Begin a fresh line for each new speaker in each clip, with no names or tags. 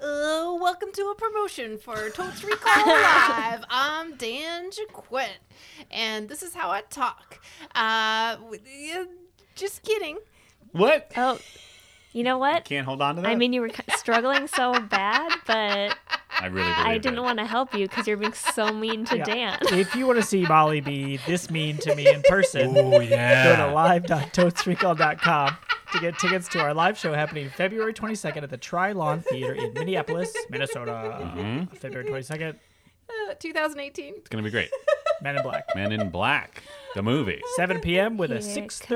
Uh, to a promotion for Totes Recall Live. I'm Dan Jaquin, and this is how I talk. Uh, w- yeah, just kidding.
What?
Oh, you know what?
Can't hold on to that.
I mean, you were ki- struggling so bad, but
I really. Believe
I didn't
it.
want to help you because you're being so mean to
Yeah.
Dan.
If you want to see Molly be this mean to me in person,
Oh
go to
yeah.
live.toadsrecall.com to get tickets to our live show happening February 22nd at the Trilon Theater in Minneapolis, Minnesota.
Mm-hmm.
February 22nd,
Uh, 2018.
It's gonna be great.
Men in Black.
Man in Black, the movie.
7 p.m. with a
Here
6:30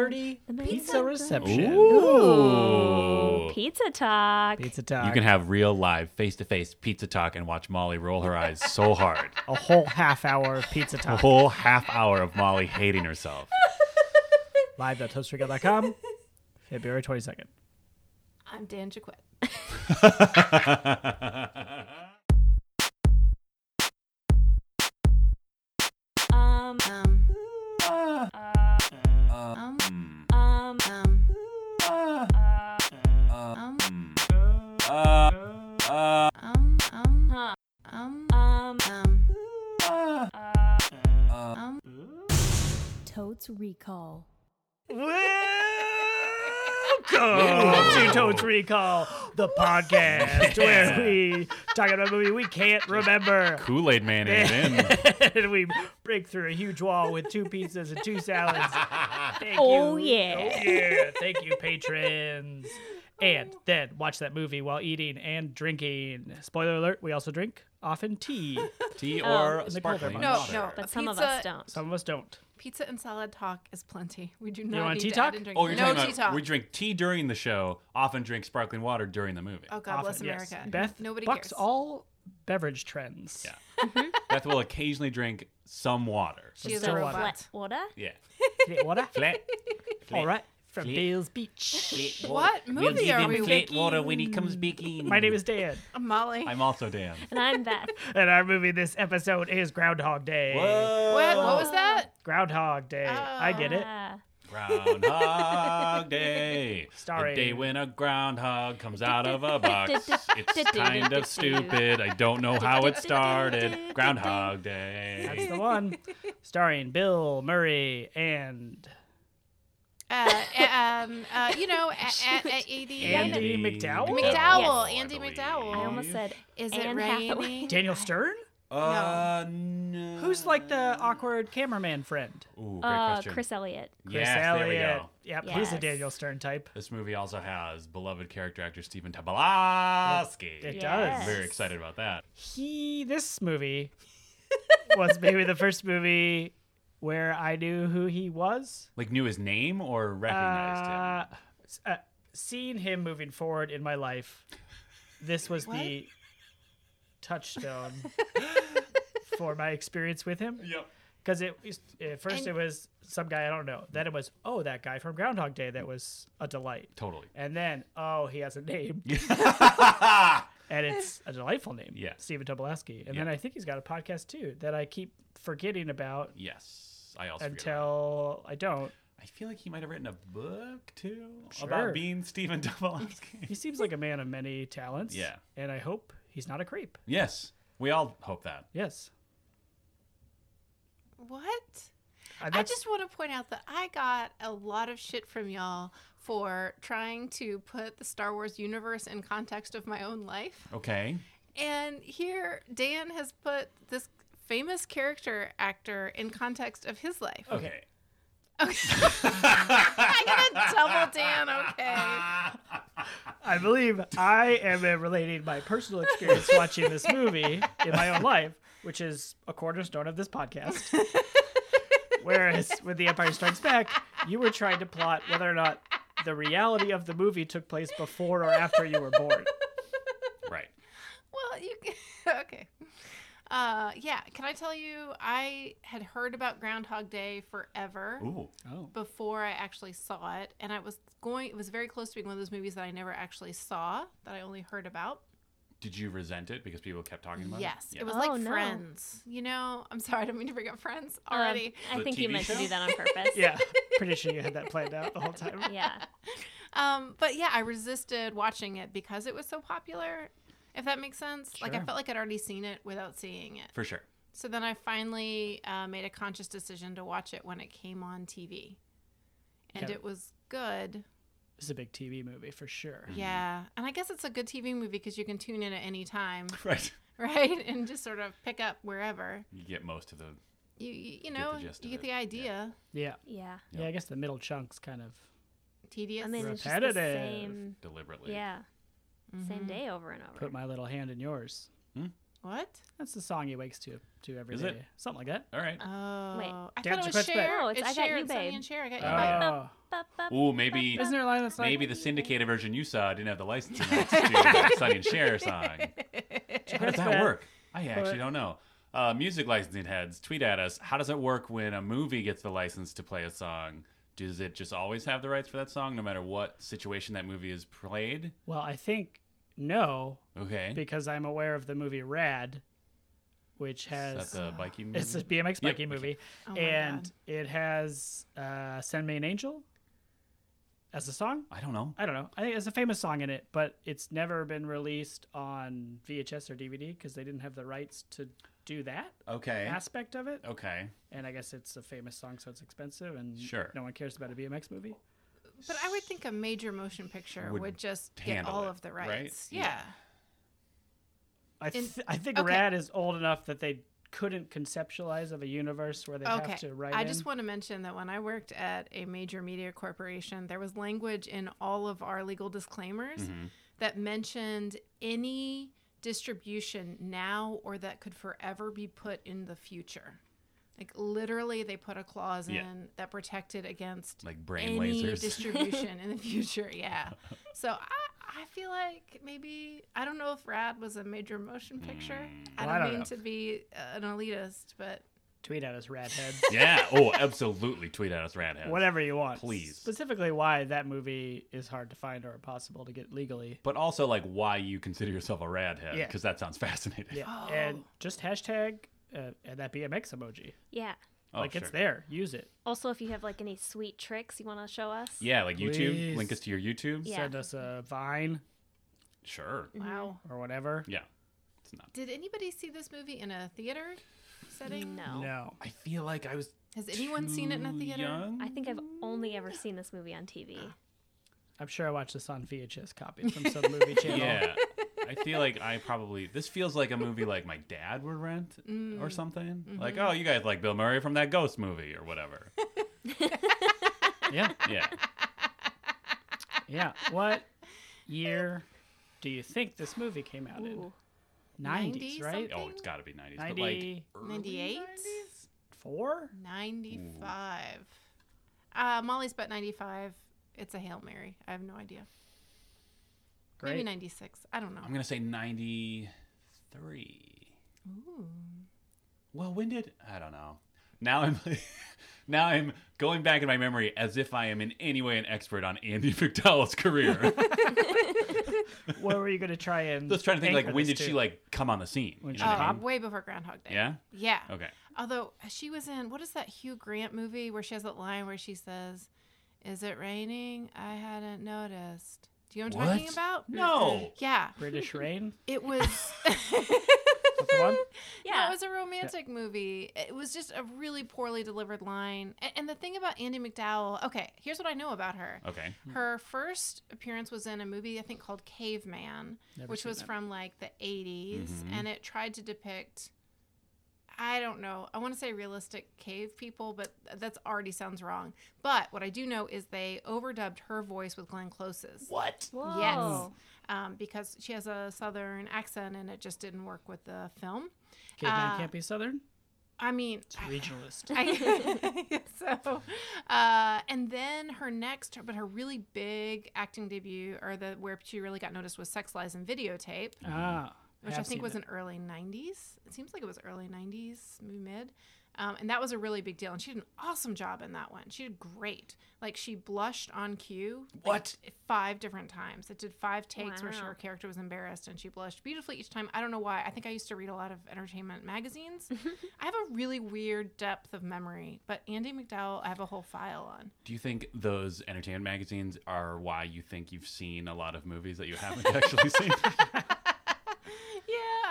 comes the
pizza
pizza.
reception.
Ooh.
Pizza talk.
Pizza time.
You can have real live face to face pizza talk and watch Molly roll her eyes so hard.
a whole half hour of pizza
A
time.
whole half hour of Molly hating herself.
Live.toastrecall.com, February 22nd.
I'm Dan Jaquin.
Um,
Um, um, um, um, um, um, um, um, um, um.
Totes Recall.
Welcome to Totes Recall, the podcast where we talk about a movie we can't remember.
Kool Aid Man ain't in.
and we break through a huge wall with two pizzas and two salads. Thank
Oh,
you.
yeah.
Oh, yeah. Thank you, patrons. And then watch that movie while eating and drinking. Spoiler alert, we also drink often tea.
Tea or
in the cold
sparkling
No,
water.
no.
but
a
some of
pizza-
us don't.
Some of us don't.
Pizza and salad talk is plenty. We do not
want
need
tea
to
talk?
add in drink.
Oh, you're
no
talking
tea
about
talk.
we drink tea during the show, often drink sparkling water during the movie.
oh, God bless
Often, yes.
America.
Beth
Nobody
bucks
cares.
all beverage trends.
Yeah. Beth will occasionally drink some water.
she is a
Still water.
robot.
Flat water.
Yeah.
Yeah, What up?
Flat.
All right. From
Fleet.
Dale's Beach.
What movie are we making?
when he comes back in.
My name is Dan,
Uh, Molly.
I'm also Dan.
And I'm Beth.
and our movie this episode is Groundhog Day.
what, what was that?
Groundhog Day. I get it.
Ah.
Groundhog Day.
Starring-
The day when a groundhog comes out of a box. It's kind of stupid. I don't know how it started. Groundhog
That's
Day.
the one. Starring Bill Murray and
Uh, uh, um, uh, you know, eh, at, at 80.
Andy McDowell?
McDowell,
I
Andy
believe.
McDowell.
I almost said.
Is it
Anne Hathaway.
raining?
Daniel Stern?
Uh, no.
Who's like the awkward cameraman friend?
Ooh, great
Uh,
question.
Chris Elliott.
Chris
yes,
Elliott.
there we go.
Yep, he's a
Yes.
Daniel Stern type.
This movie also has beloved character actor Stephen Tobolowsky.
It
Yes.
does.
I'm very excited about that.
He this movie was maybe the first movie where I knew who he was.
Like knew his name or recognized him.
Uh, s- uh, seeing him moving forward in my life, this was the touchstone for my experience with him.
Yep.
Because it was- at first it was some guy I don't know. Then it was oh that guy from Groundhog Day that was a delight.
Totally.
And then oh he has a name and it's a delightful name.
Yeah.
Stephen Tobolowsky. And
Yeah.
then I think he's got a podcast too that I keep forgetting about
Yes. I also forget about
until I don't.
it. I feel like he might have written a book too
Sure.
about being Stephen Tobolowsky.
He seems like a man of many talents.
Yeah.
And I hope he's not a creep.
yes. We all hope that.
Yes.
What?
Uh,
I
that's-
just want to point out that I got a lot of shit from y'all for trying to put the Star Wars universe in context of my own life.
Okay.
And here, Dan has put this famous character actor in context of his life.
Okay.
I got a double Dan, okay.
I believe I am relating my personal experience watching this movie in my own life, which is a cornerstone of this podcast. Whereas with The Empire Strikes Back, you were trying to plot whether or not the reality of the movie took place before or after you were born.
Right.
Well, you okay. Uh, yeah, can I tell you, I had heard about Groundhog Day forever.
Ooh.
Oh.
before I actually saw it, and I was going. It was very close to being one of those movies that I never actually saw, that I only heard about.
Did you resent it because people kept talking about
Yes,
it?
it was
Oh,
like
no.
Friends. You know, I'm sorry, I don't mean to bring up Friends
Um,
already.
I
The
think you
TV
meant to
show?
do that on purpose.
Yeah. Pretty sure you had that planned out the whole time.
Yeah.
Um, but yeah, I resisted watching it because it was so popular. if that makes sense. Like I
Sure.
felt like I'd already seen it without seeing it.
for sure.
So then I finally uh, made a conscious decision to watch it when it came on TV, and
Yeah.
it was good.
This is a big TV movie for
Mm.
sure.
Yeah, and I guess it's a good TV movie because you can tune in at any time,
Right.
right? And just sort of pick up wherever
You get most of the
you you,
get the
know
gist
you
of
get
it,
the
yeah.
idea.
Yeah.
Yeah.
Yeah, I guess the middle chunk's kind of
Tedious.
I mean, it's just the
Repetitive.
same.
deliberately.
Yeah. Same
Mm-hmm.
day over and over.
put my little hand in yours.
what?
That's the song he wakes to to every
Is
day.
it?
Something like that.
All right.
Oh, I
Dance
thought it was
Quest Babe.
Cher.
No,
it's
it's I Got
Cher
You,
and Sonny
Babe.
and Cher. I got you,
Oh.
babe.
Oh,
Bup, bup,
Ooh, maybe-
bup,
isn't there a line that's like
Maybe the syndicated version you saw didn't have the license rights to the Sonny and Cher song.
Oh.
How does that
But-
work? I actually
but-
don't know. Uh, music licensing heads, tweet at us. How does it work when a movie gets the license to play a song? Does it just always have the rights for that song, no matter what situation that movie is played?
Well, I think no,
Okay.
because I'm aware of the movie Rad, which
That's
has
a biking
it's a
movie?
BMX biking
Yep.
movie,
Oh my
and
God.
it has uh, "Send Me an Angel" as a song.
I don't know.
I don't know. I think it's a famous song in it, but it's never been released on VHS or DVD because they didn't have the rights to do that
Okay.
aspect of it.
Okay.
And I guess it's a famous song, so it's expensive, and
Sure.
no one cares about a BMX movie.
But I would think a major motion picture
Would
would, just get
handle
all
it,
of the
right?
rights.
Yeah.
Yeah.
I,
In-
th- I think
okay.
Rad is old enough that they couldn't conceptualize of a universe where they
Okay.
have to write.
I just
in.
want to mention that when I worked at a major media corporation, there was language in all of our legal
Mm-hmm.
disclaimers that mentioned any distribution now or that could forever be put in the future. Like literally, they put a clause
Yeah.
in that protected against
Like brain
any
lasers.
distribution in the future. Yeah. So I, I feel like maybe I don't know if Rad was a major
Mm.
motion picture. I don't,
Well, I don't
mean
know.
to be uh, an elitist, but
tweet at us, Radhead,
yeah. Oh, absolutely. Tweet at us, Radhead.
whatever you want.
Please.
Specifically, why that movie is hard to find or impossible to get legally.
But also, like, why you consider yourself a radhead?
Yeah.
Because that sounds fascinating.
Yeah.
Oh.
And just hashtag uh, and that BMX emoji.
Yeah.
Oh,
like it's
sure.
there. Use it.
Also, if you have like any sweet tricks you want to show us.
Yeah, like YouTube.
Please.
Link us to your YouTube.
Yeah.
Send us a Vine
Sure.
Mm-hmm.
wow.
or whatever.
Yeah. It's not.
Did anybody see this movie in a theater setting?
No.
No.
I feel like I was.
Has anyone seen it in a
too
theater?
young?
I think I've only ever seen this movie on TV.
I'm sure I watched this on VHS copy from some movie channel.
Yeah. I feel like I probably this feels like a movie like my dad would rent
Mm, Mm-hmm.
or something. Like, oh, you guys like Bill Murray from that ghost movie or whatever.
Yeah.
Yeah.
Yeah. What year do you think this movie came out in?
Ooh.
90s,
90
right?
Oh, it's got to be 90s. But like
94?
98? 95. Uh, Molly's but 95. It's a Hail Mary. I have no idea. Maybe
Great.
96. I don't know.
I'm going to say 93.
Ooh.
Well, when did I don't know. Now I'm now I'm going back in my memory as if I am in any way an expert on Andy McDowell's career.
Where were you going to try and.
Just trying to think like
anchor
when
this
did
to?
she like come on the scene?
When
You
she
know what I
Oh,
mean?
way before Groundhog Day.
Yeah.
Yeah.
Okay.
Although she was in what is that Hugh Grant movie where she has that line where she says, "Is it raining? I hadn't noticed." Do you know what I'm talking
What?
about?
No.
Yeah,
British Rain?
it was.
Is that the one?
yeah,
Yeah.
it was a romantic movie. It was just a really poorly delivered line. A- And the thing about Andy McDowell, okay, here's what I know about her.
Okay.
Mm-hmm.
Her first appearance was in a movie I think called Caveman,
Never
which
seen
was
that. Mm-hmm.
from like the 80s
Mhm.
and it tried to depict I don't know. I want to say realistic cave people, but th- that's already sounds wrong. But what I do know is they overdubbed her voice with Glenn Close's
What?
Whoa.
um, because she has a southern accent and it just didn't work with the film.
Caveman
Uh,
Can't Be Southern?
I mean,
It's regionalist.
I, so, uh, and then her next, but her really big acting debut, or the where she really got noticed, was Sex Lies and Videotape,
ah.
which I,
have
think
seen
was
it.
in early '90s. It seems like it was early '90s, maybe mid. Um, and that was a really big deal, and she did an awesome job in that one. She did great. Like she blushed on cue. like,
What?
five different times. It did five takes where she,
Wow.
her character was embarrassed and she blushed beautifully each time. I don't know why. I think I used to read a lot of entertainment magazines. I have a really weird depth of memory, but Andy McDowell, I have a whole file on.
Do you think those entertainment magazines are why you think you've seen a lot of movies that you haven't actually seen?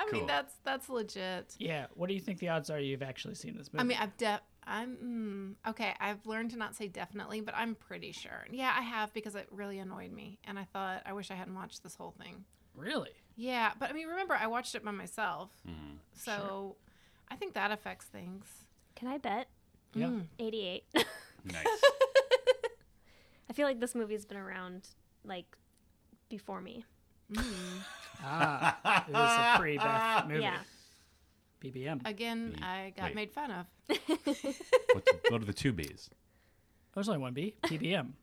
Cool.
mean, that's that's legit.
Yeah. What do you think the odds are you've actually seen this movie?
I mean, I've de- I'm mm, okay. I've learned to not say definitely, but I'm pretty sure. Yeah, I have because it really annoyed me, and I thought I wish I hadn't watched this whole thing.
really?
Yeah, but I mean, remember I watched it by myself,
Mhm.
so I think that affects things.
Can I bet?
Yeah.
Mm.
88.
Nice.
I feel like this movie's been around like before me.
mm.
Ah, it was a pre-Beth movie.
Yeah.
BBM.
Again,
Wait,
I got
wait.
made fun of.
What's, what are the two B's?
There's only one B. PBM.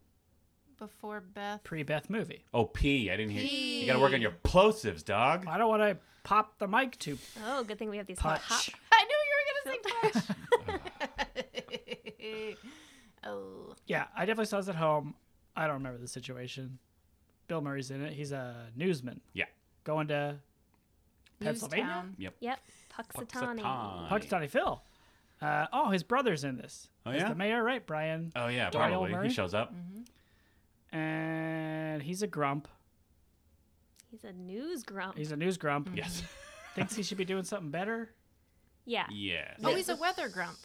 Before Beth,
Pre-Beth movie.
Oh, P. I didn't hear. You got to work on your plosives, dog.
I don't want to pop the mic too
Oh, good thing we have these hot
much.
I knew you were gonna say Beth. oh,
Yeah, I definitely saw this at home. I don't remember the situation. Bill Murray's in it. He's a newsman
Yeah.
going to Pennsylvania?
Newstown.
Yep. Puxatawny.
Puxatawny.
Puxatawny Phil. Uh, oh, his brother's in this.
Oh,
He's
yeah?
the mayor, right, Brian?
Oh yeah,
Daryl
probably.
Murray?
He shows up.
And he's a grump.
He's a news grump.
He's a news grump.
Yes.
Thinks he should be doing something better.
yeah.
Yes.
Oh, he's a weather grump.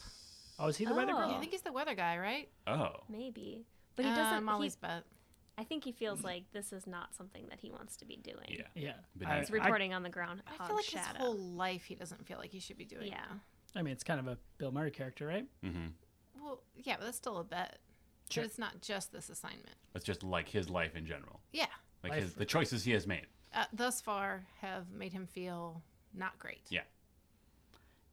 Oh, is he the weather
Oh.
Yeah, I
grump?
think he's the weather guy, right?
Oh.
Maybe. But he doesn't.
I'm always
he,
Beth.
I think he feels like this is not something that he wants to be doing.
Yeah.
Yeah.
But
I,
he's
He's reporting on the ground.
I feel like
shadow.
his whole life he doesn't feel like he should be doing.
Yeah.
that.
I, I mean, it's kind of a Bill Murray character, right?
Mm-hmm.
Well, yeah, but that's still a bet.
Sure.
But it's not just this assignment.
It's just like his life in general,
Yeah.
like
Life-
his the choices he has made.
Uh, thus far have made him feel not great.
Yeah.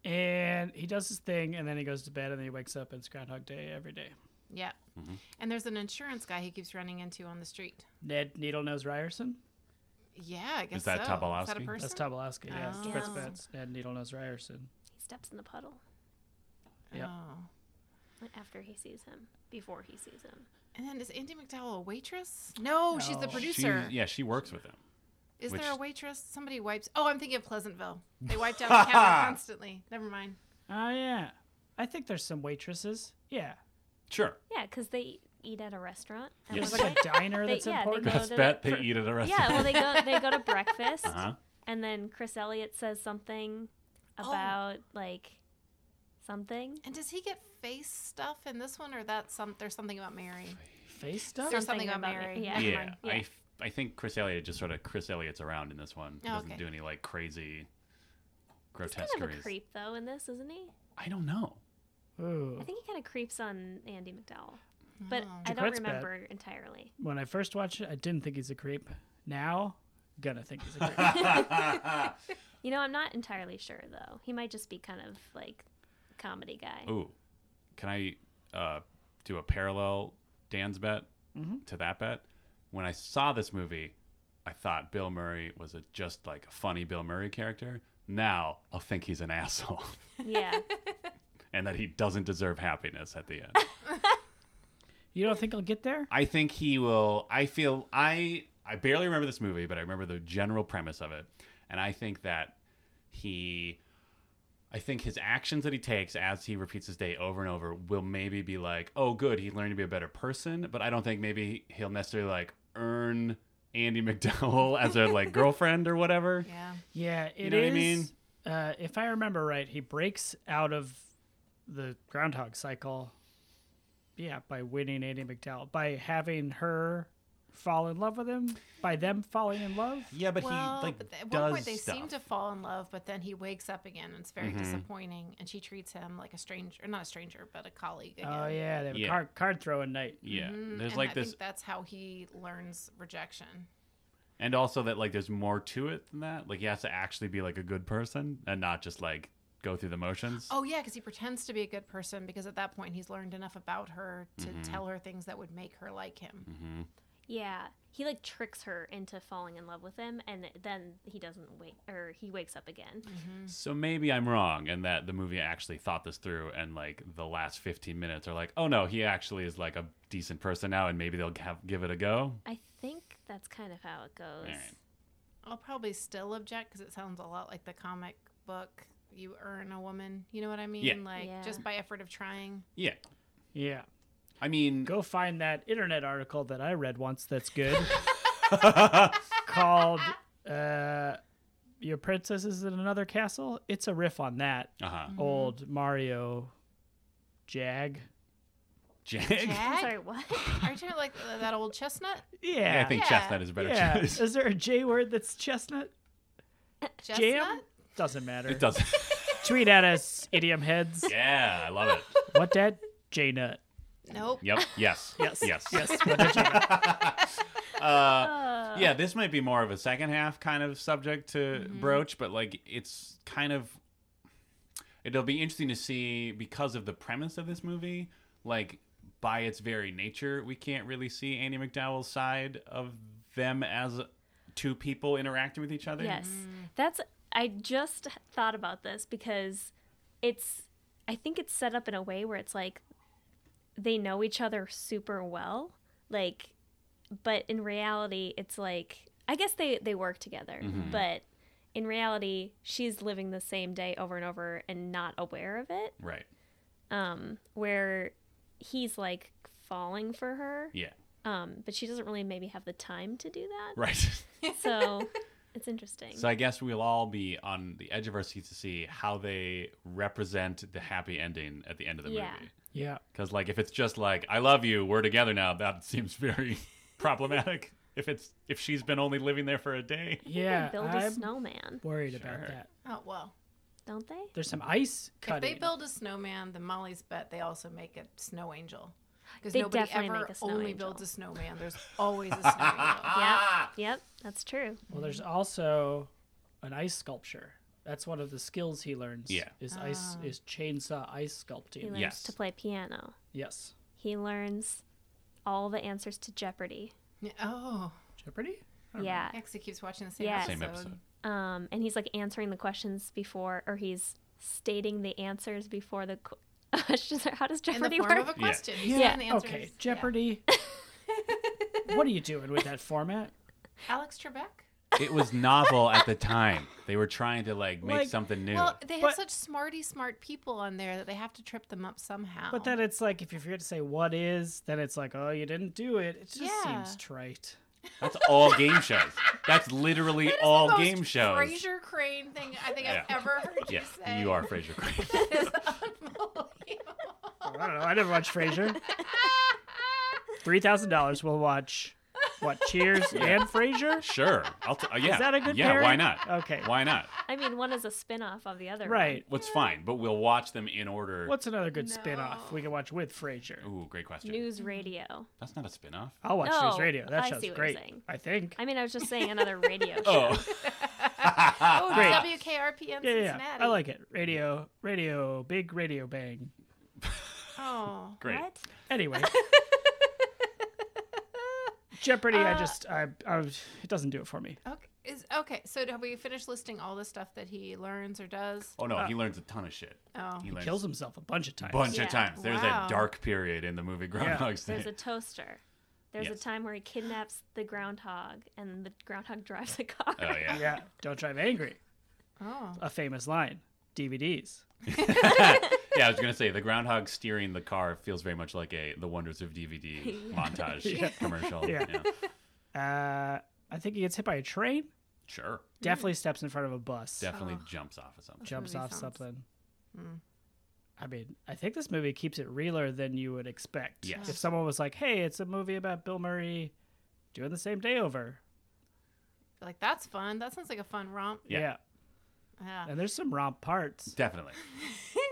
And he does his thing, and then he goes to bed, and then he wakes up, and it's Groundhog Day every day.
Yeah.
Mm-hmm.
And there's an insurance guy he keeps running into on the street.
Ned Needle Nose Ryerson.
Yeah, I guess
that
so. Is that a
Tobolowsky?
person?
That's Tobolowsky, yeah.
Oh.
Fritz Betts and Needle Nose Ryerson.
He steps in the puddle
Yep.
Oh.
after he sees him, before he sees him.
And then is Andy McDowell a waitress? No, she's the
No.
She,
producer.
yeah, she works with him.
Is
which-
there a waitress? Somebody wipes. Oh, I'm thinking of Pleasantville. They wiped out the counter constantly. Never mind.
Oh yeah, I think there's some waitresses. Yeah,
Sure.
Yeah, because they e- eat at a restaurant. at
Yes.
there's
one
like a
point.
diner
They-
that's
yeah, they
important.
go-
Best
they're
bet they
like-
eat at a
yeah,
restaurant.
well, they go they go to breakfast,
Uh-huh.
and then Chris Elliott says something
Oh.
about like something.
And does he get face stuff in this one, or that's some? There's something about Mary.
Face stuff.
There's something about
it.
Mary.
Yeah.
yeah.
Never mind.
I, f- I think Chris Elliott just sort of Chris Elliott's around in this one. He
Oh,
doesn't
okay.
do any like crazy
He's kind of a
grotesqueries.
creep though in this, isn't he?
I don't know.
Ooh.
I think he kind of creeps on Andy McDowell, but I
Mm.
Jack
don't
Red's bad.
remember entirely.
When I first watched it, I didn't think he's a creep. Now, gonna think he's a creep.
You know, I'm not entirely sure though. He might just be kind of like comedy guy.
Ooh, can I uh, do a parallel Dan's bet to that bet? When I saw this movie, I thought Bill Murray was a, just like a funny Bill Murray character. Now I'll think he's an asshole
Yeah,
and that he doesn't deserve happiness at the end.
you don't think he'll get there?
I think he will. I feel I I barely remember this movie, but I remember the general premise of it, and I think that he, I think his actions that he takes as he repeats his day over and over will maybe be like, oh, good, he learned to be a better person, but I don't think maybe he'll necessarily like earn Andy McDowell as a like girlfriend or whatever.
Yeah.
Yeah, it is.
know what I mean?
Uh, if I remember right, he breaks out of the groundhog cycle. Yeah, by winning Andy McDowell, by having her fall in love with him, by them falling in love.
Yeah, but
well,
he like
but th- at
does
one point they
stuff. Mm-hmm.
seem to fall in love, but then he wakes up again, and it's very disappointing. And she treats him like a stranger, not a stranger, but a colleague. Again.
Oh yeah, they have
Yeah.
a card, card throwing night.
yeah,
Mm,
there's
and
like
I
this,
think that's how he learns rejection.
and also that like there's more to it than that. Like he has to actually be like a good person and not just like go through the motions.
Oh yeah, because he pretends to be a good person because at that point he's learned enough about her to
Mm-hmm.
tell her things that would make her like him.
yeah. He like tricks her into falling in love with him, and then he doesn't wake or he wakes up again.
So maybe I'm wrong, and that the movie actually thought this through, and like the last 15 minutes are like, oh no, he actually is like a decent person now, and maybe they'll have, give it a go.
I think that's kind of how it goes.
Alright.
I'll probably still object because it sounds a lot like the comic book. You earn a woman. You know what I mean?
Yeah.
Like
Yeah.
just by effort of trying.
Yeah,
Yeah.
I mean,
Go find that internet article that I read once that's good called uh, your princess is in another castle. It's a riff on that
Uh huh.
old Mario Jag.
Jag.
I'm
Jag?
sorry, what?
Aren't you like uh, that old chestnut?
Yeah,
I think
Yeah.
chestnut is a better
Yeah,
choice.
is there a J word that's chestnut?
Chestnut?
Jam? Doesn't matter.
It doesn't.
Tweet at us, idiom heads.
yeah, I love it.
What that J nut?
Nope.
Yep. Yes.
Yes.
Yes.
Yes. What that J nut?
Uh, yeah, this might be more of a second half kind of subject to
Mm-hmm.
broach, but like it's kind of it'll be interesting to see because of the premise of this movie, like by its very nature, we can't really see Andy McDowell's side of them as two people interacting with each other.
Yes. That's I just thought about this because it's I think it's set up in a way where it's like they know each other super well, like but in reality it's like I guess they they work together,
Mm-hmm.
but in reality she's living the same day over and over and not aware of it.
Mm-hmm. Right.
Um where he's like falling for her,
Yeah.
um but she doesn't really maybe have the time to do that.
Right.
So it's interesting.
So I guess we'll all be on the edge of our seats to see how they represent the happy ending at the end of the
Yeah.
movie.
Yeah.
Because like if it's just like I love you, we're together now, that seems very problematic. If it's if she's been only living there for a day,
Yeah.
build a
I'm
snowman,
worried
Sure.
about that.
Oh, well.
don't they?
There's some ice
If
cutting.
they build a snowman, then Molly's bet they also make a snow angel. Because
They
nobody
definitely
ever
make a snow
only
angel.
builds a snowman. There's always a snow angel.
Ah!
Yep. Yep, that's true.
well, there's also an ice sculpture. That's one of the skills he learns.
Yeah.
Is ice
Ah.
is chainsaw ice sculpting.
He learns
Yes.
to play piano.
Yes.
He learns all the answers to Jeopardy.
Oh.
Jeopardy.
Yeah.
Because he keeps watching the same
Yeah.
Same
episode.
episode.
Um, and he's like answering the questions before, or he's stating the answers before the qu- questions. How does
In the
Jeopardy
form
work?
of a question. He's
Yeah.
given answers.
Okay.
Yeah.
Jeopardy. what are you doing with that format?
Alex Trebek?
It was novel at the time. They were trying to like make
Like-
something new.
Well, they have
But-
such smarty smart people on there that they have to trip them up somehow.
But then it's like if you forget to say what is, then it's like oh you didn't do it. It just
Yeah.
seems trite.
That's all game shows. That's literally
That is the
all
most
game shows.
Fraser Crane thing I think I've
Yeah.
ever heard you
yeah,
say.
you are Fraser Crane.
It's unbelievable.
I don't know. I never watched Frasier. Three thousand dollars. We'll watch what Cheers and Frasier.
sure. I'll t- uh, yeah.
Is that a good
Yeah, why
pairing?
not?
Okay.
Why not?
I mean, one is a spin off of the other.
Right.
What's fine, but we'll watch them in order.
What's another good
No.
spin-off we can watch with Frasier?
Ooh, great
one.
question.
News radio.
That's not a spin-off.
I'll watch
No,
News Radio. That
I
show's
see what you're
great.
saying.
I think.
I mean, I was just saying another radio show.
Oh.
Oh,
Great.
WKRP in
yeah, yeah, yeah.
Cincinnati.
I like it. Radio, radio, big radio bang.
Oh.
Great.
What?
Anyway. Jeopardy.
Uh,
I just, I, I, was- it doesn't do it for me.
Okay. Is okay. So have we finished listing all the stuff that he learns or does?
Oh no, he learns a ton of shit.
Oh.
He learns
Uh, Kills himself a bunch of
a
times.
bunch
Yeah.
of times. There's
Wow.
that dark period in the movie Groundhog's Day.
There's a toaster. There's
Yes.
a time where he kidnaps the groundhog, and the groundhog drives a car.
Oh yeah.
Yeah. Don't drive angry.
Oh.
A famous line. DVDs.
yeah, I was gonna say the groundhog steering the car feels very much like a the wonders of DVD montage commercial.
Yeah. Uh, I think he gets hit by a train.
Hmm.
Sure.
Definitely steps in front of a bus.
Definitely jumps off of something.
jumps
movie Hmm.
off
sounds-
something. I mean, I think this movie keeps it realer than you would expect.
Yes.
If someone was like, "Hey, it's a movie about Bill Murray doing the same day over,"
Like that's fun. That sounds like a fun romp.
Yeah.
yeah,
Yeah.
and there's some romp parts.
Definitely.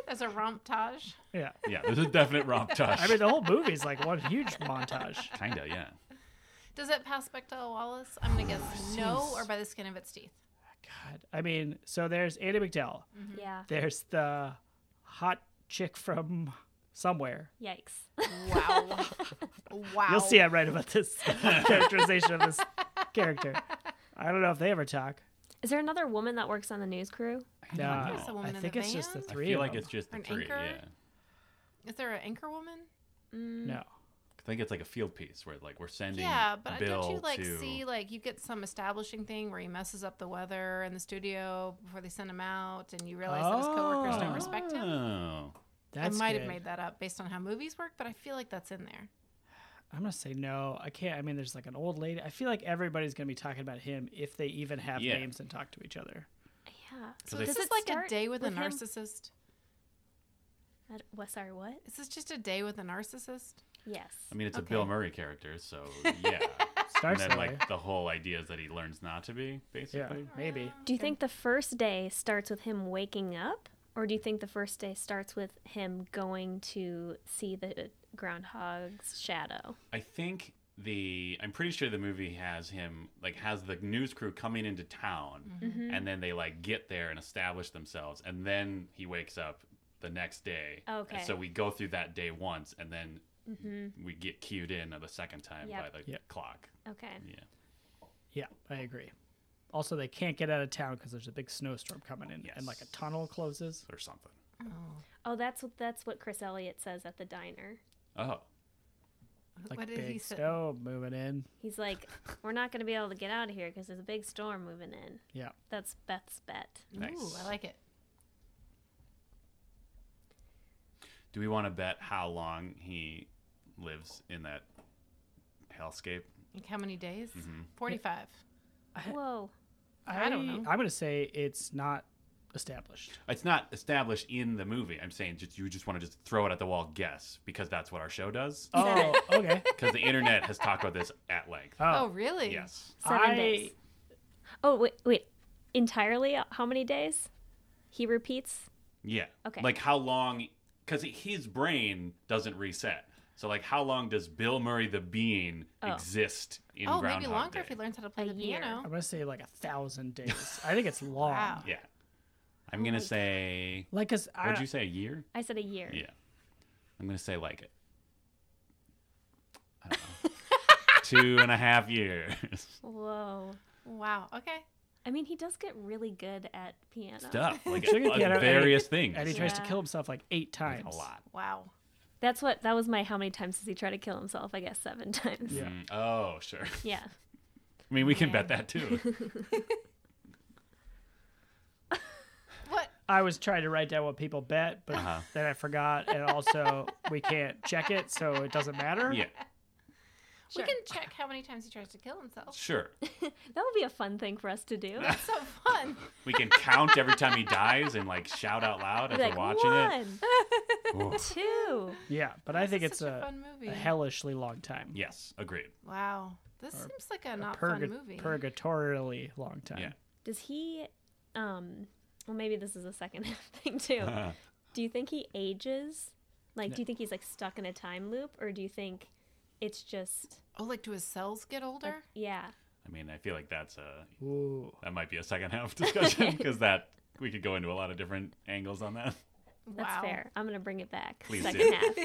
That's a romptage.
Yeah,
Yeah, there's a definite romp touch.
I mean, the whole movie's like one huge montage.
kinda, yeah.
Does it pass Bechdel Wallace? I'm gonna guess no, or by the skin of its teeth.
God, I mean, so there's Andy McDowell.
Uh-huh.
yeah.
There's the hot chick from somewhere.
Yikes.
Wow. wow.
You'll see I'm right about this characterization of this character. I don't know if they ever talk.
Is there another woman that works on the news crew?
I
No,
don't
There's a
know.
woman
I
in the
think it's just the
van.
I
three.
feel
of
like
them.
it's just the
An
three,
anchor?
yeah.
Is there an anchor woman?
Mm,
Hmm.
no.
I think it's like a field piece where like we're sending
Yeah, but
Bill
don't you like
to
see like you get some establishing thing where he messes up the weather in the studio before they send him out, and you realize that his coworkers don't respect him.
Oh.
That's
I might
good.
have made that up based on how movies work, but I feel like that's in there.
I'm gonna say no. I can't. I mean, there's like an old lady. I feel like everybody's gonna be talking about him if they even have
Yeah.
names and talk to each other.
So
they-
this is
does it
like a
start
day with, a
him-
narcissist.
I d- What? Sorry, what?
Is this just a day with a narcissist?
Yes.
I mean, it's
Okay.
a Bill Murray character, so yeah. and
Starts
then,
that way.
like, the whole idea is that he learns not to be,
Yeah,
basically.
Um,
maybe.
Do you think the first day starts with him waking up, or do you think the first day starts with him going to see the groundhog's shadow?
I think the I'm pretty sure the movie has him like has the news crew coming into town
Mm-hmm.
Mm-hmm.
and then they like get there and establish themselves and then he wakes up the next day.
Oh, Okay. Mm-hmm.
And so we go through that day once and then we get cued in the second time
Yep.
by the
Yep.
clock.
Okay.
Yeah.
Yeah, I agree. Also, they can't get out of town because there's a big snowstorm coming in, and like a
Yes.
tunnel closes.
Or something.
Oh, that's what that's what Chris Elliott says at the diner.
Oh.
Like
what did
big
he say?
snow moving in.
He's like, "We're not going to be able to get out of here because there's a big storm moving in."
Yeah,
That's Beth's bet.
Ooh,
Nice.
I like it.
Do we want to bet how long he lives in that hellscape?
Like how many days?
Mm-hmm.
Forty-five.
Whoa.
I don't know.
I'm gonna say it's not established.
It's not established in the movie. I'm saying just you just want to just throw it at the wall guess because that's what our show does.
Oh, okay.
because the internet has talked about this at length.
Oh,
Oh,
really?
Yes.
Seven
I-
days. Oh wait, wait. Entirely? How many days? He repeats.
Yeah.
Okay.
Like how long? Because his brain doesn't reset. So like, how long does Bill Murray the being
Oh.
exist in
Oh,
Groundhog
maybe longer
Day?
if he learns how to play the
A year.
I'm
piano.
gonna say like a thousand days. I think it's long.
Wow.
Yeah. I'm gonna say.
Like, cause I,
Would you say a year?
I said a year.
Yeah. I'm gonna say like. I don't know. Two and a half years.
Whoa.
Wow. Okay.
I mean, he does get really good at piano.
Stuff like
Sugar
uh,
piano,
various things.
and he tries to
Yeah.
kill himself like eight times.
a lot.
Wow.
That's what that was my how many times does he try to kill himself? I guess seven times.
Yeah.
Mm, oh, sure.
Yeah.
I mean, we can
Yeah.
bet that too.
What?
I was trying to write down what people bet, but
Uh-huh.
then I forgot, and also we can't check it, so it doesn't matter.
Yeah,
We
Sure.
can check how many times he tries to kill himself.
sure.
That would be a fun thing for us to do.
So fun.
We can count every time he dies and like shout out loud as
Be like
we're watching it.
one,
Oh,
two.
Yeah, but I think
This
it's
is such
a,
fun movie.
a hellishly long time.
yes, agreed.
Wow. This seems like a not
Purga-
fun movie.
Purgatorially long time.
Yeah.
Does he? Um. Well, maybe this is a second half thing too. do you think he ages? Like, do you think he's like stuck in a time loop, or do you think it's just
oh, like do his cells get older?
yeah?
I mean, I feel like that's a
Ooh.
that might be a second half discussion because that we could go into a lot of different angles on that.
That's
wow.
fair. I'm gonna bring it back.
Please
second
do.
half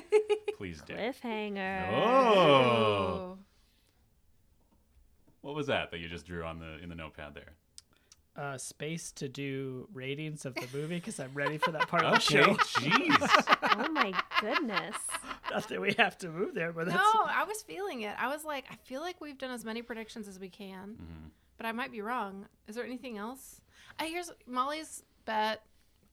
Please do.
cliffhanger.
Oh,
Ooh.
what was that that you just drew on the in the notepad there?
Uh, space to do ratings of the movie because I'm ready for that part of the
Okay,
show.
Oh, jeez.
Oh my goodness.
Not that we have to move there, but
No,
that's
I was feeling it. I was like, I feel like we've done as many predictions as we can,
Mm-hmm.
but I might be wrong. Is there anything else? I here's Molly's bet.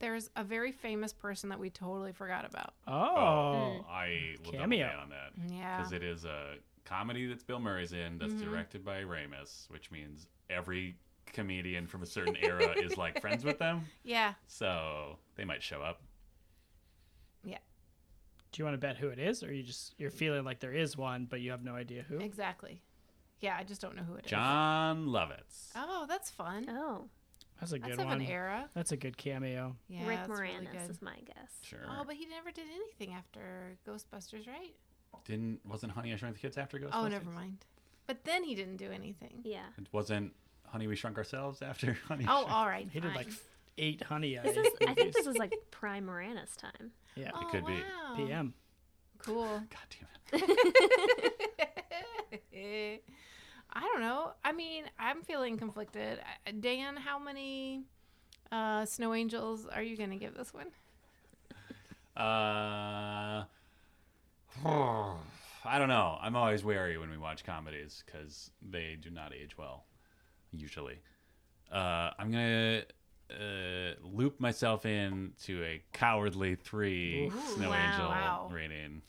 There's a very famous person that we totally forgot about.
oh,
I will
Cameo.
double down on
Yeah.
that
Mm-hmm.
because it is a comedy that Bill Murray's in that's directed by Ramis, which means every comedian from a certain era is like friends with them.
Yeah.
So they might show up.
Yeah.
do you want to bet who it is, or you just you're feeling like there is one, but you have no idea who?
Exactly. Yeah, I just don't know who it is.
John Lovitz.
Oh, that's fun.
Oh,
That's a good
That's of
one.
an era.
That's a good cameo.
Yeah,
Rick
that's
Moranis
really good.
is my guess.
Sure.
Oh, but he never did anything after Ghostbusters, right?
Didn't wasn't Honey I Shrunk the Kids after Ghostbusters?
Oh, never mind. But then he didn't do anything.
Yeah.
It wasn't Honey We Shrunk Ourselves after Honey. I
Oh,
Shrunk-
all right.
He did like
fine.
f- eight honey eyes.
This is I think this is like prime Moranis time.
yeah.
Oh,
could be.
wow.
PM.
Cool.
God damn it.
I don't know. I mean, I'm feeling conflicted. I- Dan, how many uh, snow angels are you going to give this one?
Uh, I don't know. I'm always wary when we watch comedies because they do not age well, usually. Uh, I'm gonna uh, loop myself in to a cowardly three Snow
Wow.
Angel
Wow.
rating.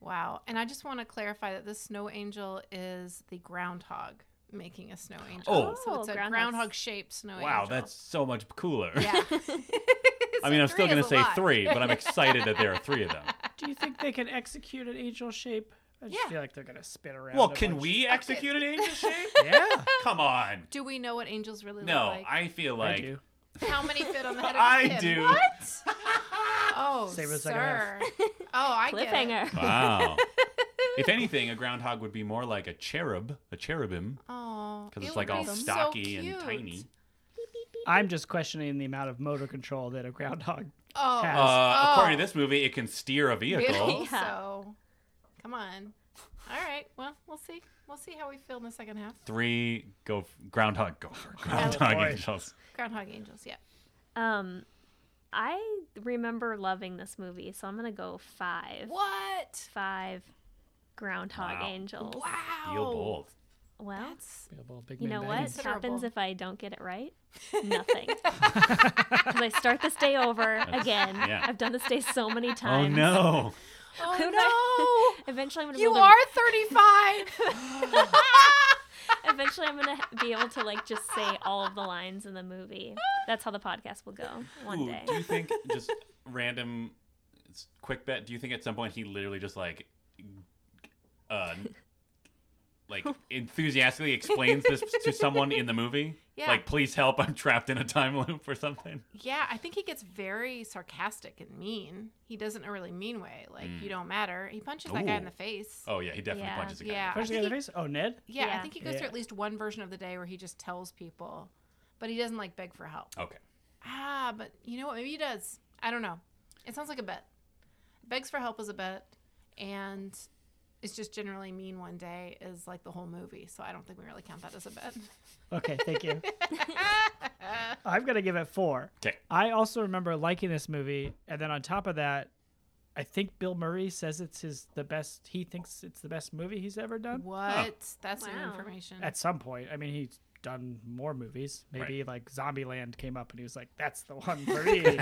Wow. And I just want to clarify that this snow angel is the groundhog, making a snow angel.
Oh.
so it's a
Oh, groundhog.
groundhog shaped snow Oh, angel.
Wow, that's so much cooler.
yeah.
I mean, I'm still
going
gonna
to
say three, but I'm excited that there are three of them.
Do you think they can execute an angel shape? I just
Yeah.
feel like they're gonna spin around.
Well,
a
can
bunch.
we execute an angel shape?
Yeah,
Come on.
Do we know what angels really
No,
look like?
I feel like
I do.
How many fit on the head of a
I
pin?
do.
What? Oh,
Save it for the second
sir. Oh, I get it.
Cliffhanger.
Wow. if anything, a groundhog would be more like a cherub, a cherubim,
Oh,
because
it
it's like
would
all
be so
stocky and
cute.
tiny.
I'm just questioning the amount of motor control that a groundhog.
Oh,
Has.
Uh, According to
Oh.
this movie, it can steer a vehicle.
Really?
Yeah.
So, come on. All right. Well, we'll see. We'll see how we feel in the second half.
Three go groundhog
Oh,
gopher, groundhog
boy.
angels.
Groundhog angels. Yeah.
Um, I remember loving this movie, so I'm gonna go five.
What?
Five groundhog
Wow.
angels.
Wow.
Feel bold.
Well,
That's
Big
you know what
Considerable.
happens if I don't get it right? Nothing. 'Cause I start this day over again.
yeah.
I've done this day so many
Oh
times.
no!
Who kn-
oh
Eventually,
no!
I'm gonna. be
you
able to-
are 35.
Eventually, I'm gonna be able to like just say all of the lines in the movie. That's how the podcast will go one
Ooh,
day.
do you think just random s- quick bet? Do you think at some point he literally just like, uh, like enthusiastically explains this to someone in the movie?
Yeah.
Like, please help! I'm trapped in a time loop or something.
yeah, I think he gets very sarcastic and mean. He does it in a really mean way. Like, you don't matter. He punches that guy in
Mm. Ooh.
the face.
Oh yeah, he definitely
Yeah.
punches a guy.
Yeah.
Punch the
I
guy
think
in the face. Oh, Ned.
Yeah, I
Yeah.
think he goes
Yeah.
through at least one version of the day where he just tells people, but he doesn't like beg for help.
Okay.
Ah, but you know what? Maybe he does. I don't know. It sounds like a bet. Begs for help is a bet, and it's just generally mean one day is like the whole movie. So I don't think we really count that as a bet.
Okay, thank you. I'm gonna give it four.
Okay.
I also remember liking this movie, and then on top of that, I think Bill Murray says it's his the best. He thinks it's the best movie he's ever done.
What? That's new
Wow.
information.
At some point, I mean, he's done more movies. Maybe
Right.
like Zombieland came up, and he was like, "That's the one for me."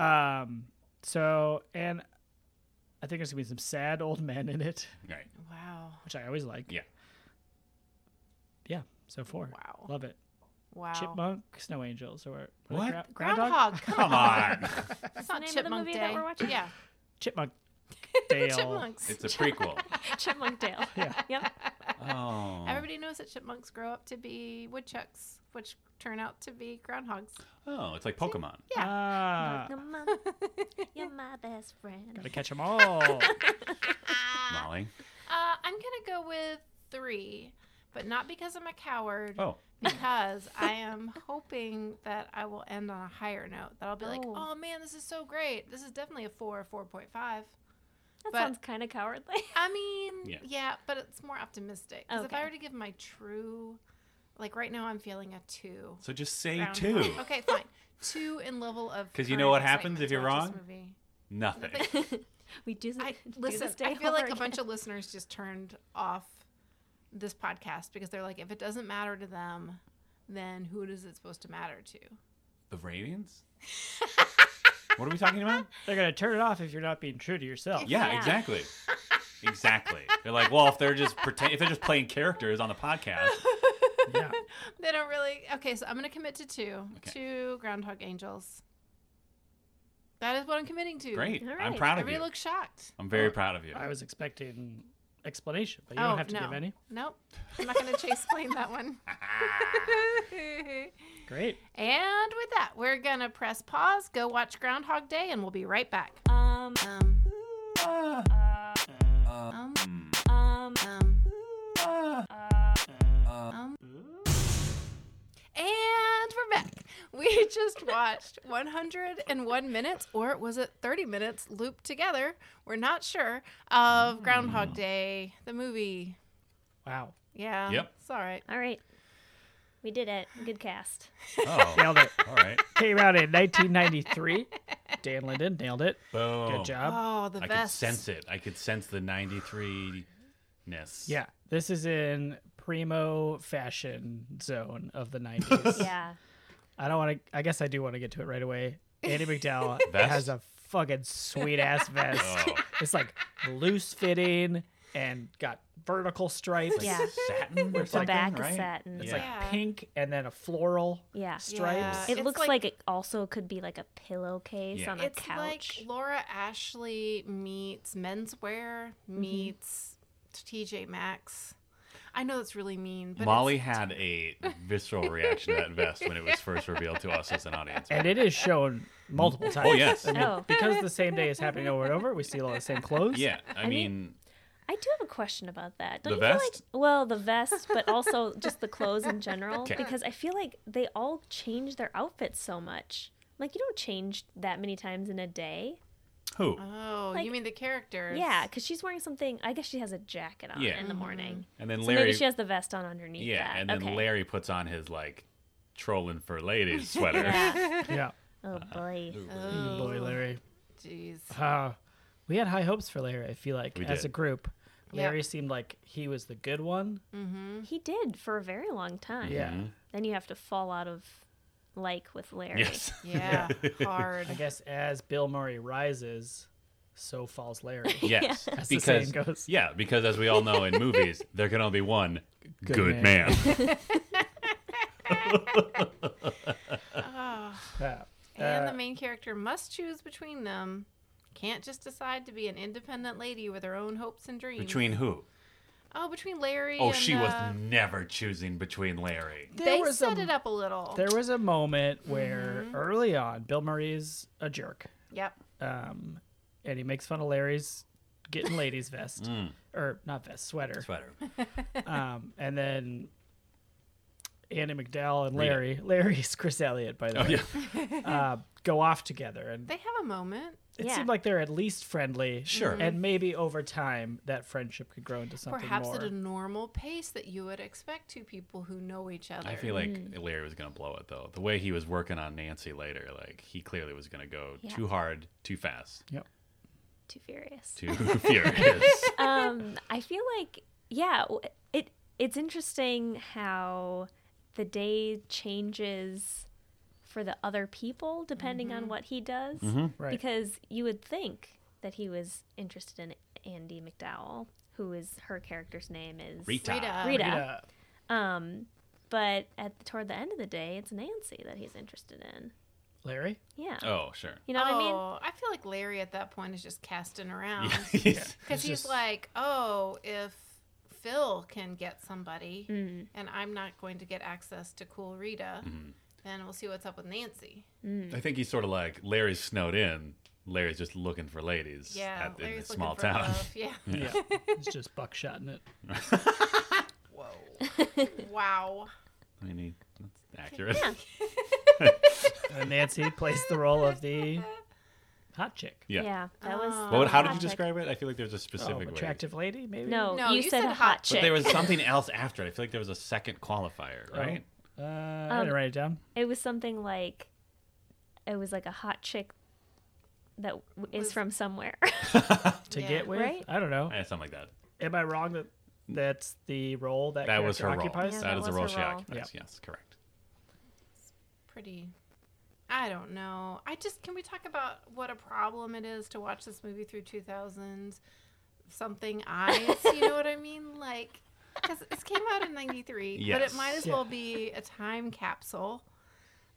um, so, and I think there's gonna be some sad old men in it,
All right.
wow.
which I always like.
Yeah.
Yeah. So four.
Wow.
Love it.
Wow.
Chipmunk, Snow Angels, or or
What?
gra-
Groundhog.
Come on.
That's not
name of the
Chipmunk
movie
Day.
that we're watching?
Yeah.
Chipmunk.
The
Dale.
Chipmunks.
It's a prequel.
Chipmunk Dale.
Yeah.
Yep.
Oh.
Everybody knows that chipmunks grow up to be woodchucks, which turn out to be groundhogs.
Oh, it's like Pokemon.
Yeah.
Ah,
Uh,
Come on, you're my best friend.
gotta catch 'em all.
Molly.
Uh, I'm gonna go with three, but not because I'm a coward.
Oh.
Because I am hoping that I will end on a higher note. That I'll be like,
Oh.
oh man, this is so great. This is definitely a four or four point five.
That
But-
sounds kind of cowardly.
I mean, yeah,
Yeah.
but it's more optimistic. Because if I
Okay.
were to give my true, like right now, I'm feeling a two.
So just say
Groundhog.
two.
Okay, fine. Two in level of.
'Cause you know
current
what happens
excitement
if you're
to watch this
wrong?
movie.
Nothing.
we do. th-
I
do
listen.
this day
I feel like
over
a bunch
again.
of listeners just turned off this podcast because they're like, if it doesn't matter to them, then who is it supposed to matter to?
The ratings? what are we talking about?
They're gonna turn it off if you're not being true to yourself.
Yeah,
Yeah.
exactly. Exactly. They're like, well, if they're just pretend, if they're just playing characters on the podcast,
Yeah.
They don't really. Okay, so I'm going to commit to two,
Okay.
two Groundhog Angels. That is what I'm committing to.
great.
All
I'm
right.
proud of
Everybody
you.
looks shocked.
I'm very proud of you.
I was expecting explanation, but you don't have to
Oh, no.
give any.
Nope. I'm not going to chase plane that one.
Great.
and with that, we're going to press pause, go watch Groundhog Day, and we'll be right back.
Um.
Um,
Ah,
um,
Um.
um.
ah.
Um, and we're back. We just watched 101 minutes, or was it 30 minutes looped together? We're not sure. Of Groundhog
Mm.
Day, the movie.
Wow.
Yeah.
Yep.
It's all right.
All right. We did it. Good cast.
Oh,
Nailed it.
all right.
Came out in 1993. Dan Linden nailed it.
Boom.
Good job.
Oh, the
I could
best.
sense it. I could sense the 93-ness.
Yeah. This is in primo fashion zone of the 90s.
Yeah.
I don't want to. I guess I do want to get to it right away. Andy McDowell
Vest?
has a fucking sweet ass vest.
Oh.
It's like loose fitting. and got vertical stripes.
Yeah.
Satin? or
It's
The
like-
something,
back
right?
is satin.
It's
Yeah.
like pink and then a floral.
Yeah.
Stripes.
Yeah.
It
It's
looks like,
like-
it also could be like a pillowcase
Yeah.
on a
It's
couch.
like Laura Ashley meets menswear
Mm-hmm.
meets TJ Maxx. I know that's really mean, but
Molly
it's-
had a visceral reaction to that vest when it was first revealed to us as an audience.
And it is shown multiple times.
Oh yes,
oh,
Because the same day is happening over and over, we see a lot of the same clothes.
yeah. I
mean-
mean,
I do have a question about that.
The
Don't you
vest?
feel like well, the vest, but also just the clothes in general
'Kay.
because I feel like they all change their outfits so much. Like you don't change that many times in a day.
who?
Uh,
Oh,
Like-
you mean the characters?
Yeah, cuz she's wearing something, I guess she has a jacket on
Yeah.
in the morning.
Mm-hmm.
And then
So
Larry.
maybe she has the vest on underneath
yeah,
that.
and then
okay.
Larry puts on his like trolling for ladies sweater.
Yeah.
Yeah.
Oh
Uh,
boy.
Oh,
Boy, Larry.
Jeez.
Uh, we had high hopes for Larry, I feel like,
We
as
did.
a group.
Yeah.
Larry seemed like he was the good one.
Mm-hmm.
He did for a very long time.
Yeah.
Then you have to fall out of like with Larry.
Yes.
Yeah. Hard.
I guess as Bill Murray rises, so falls Larry.
Yes.
As the saying
because
goes.
yeah, because as we all know in movies, there can only be one good, man.
man. Yeah.
Ah, and
Uh,
the main character must choose between them. Can't just decide to be an independent lady with her own hopes and dreams.
between who?
oh, between Larry.
Oh,
and,
she was
uh,
never choosing between Larry.
They
was
set it
a-
Mm-hmm. up a little.
There was a moment where early on, Bill Murray's a jerk,
Yep.
um, and he makes fun of Larry's getting ladies vest
Mm.
or not vest sweater,
Sweater.
um, and then Andy McDowell and
Rita.
Larry, Larry's Chris Elliott, by the
Oh,
way, uh, go off together, and
They have a moment.
it
Yeah.
seemed like they're at least friendly,
Sure.
and maybe over time that friendship could grow into something
Perhaps
more.
at a normal pace that you would expect two people who know each other.
I feel like Larry was gonna blow it though. The way he was working on Nancy later, like he clearly was gonna go
Yeah.
too hard, too fast,
Yep.
Too furious.
too furious.
um, I feel like yeah, w- it it's interesting how the day changes for the other people depending
Mm-hmm.
on what he does
Right.
because you would think that he was interested in Andy McDowell, who is her character's name is
Rita.
Rita.
Rita.
Yeah.
Um, but at toward the end of the day, it's Nancy that he's interested in.
Larry.
Yeah.
Oh, sure.
You know what I mean?
Oh, I feel like Larry at that point is just casting
Um,
around
Yes.
because he's
just-
like, oh, if Phil can get somebody and I'm not going to get access to cool Rita,
Mm-hmm.
then we'll see what's up with Nancy.
I think he's sort of like Larry's snowed in. Larry's just looking for ladies
Yeah,
at, in a
Larry's looking
small
for
town.
love. Yeah.
Yeah, it's just buckshotting it.
Whoa. wow.
I mean, he, that's accurate.
Yeah.
And Uh, Nancy plays the role of the hot chick.
Yeah.
Yeah, that was.
Oh.
What, would- how did
hot
you
chick.
describe it? I feel like there's a
Oh,
specific way.
attractive lady, maybe.
No,
No,
you, said, a hot chick.
But there was something else after it. I feel like there was a second qualifier, right?
Uh, I didn't write it down.
It was something like, it was like a hot chick that w- is
Was-
from somewhere.
To
Yeah.
get with,
Right?
I don't know.
Eh, something like that.
Am I wrong that that's the role that
That was her
character
role.
occupies?
Yeah,
that
that
is the
was
role
her
she
role.
occupies. Yes, correct.
Pretty. I don't know. I just can we talk about what a problem it is to watch this movie through 2000 something eyes? you know what I mean? Like, because it came out in '93, but
Yes.
it might as
Yeah.
well be a time capsule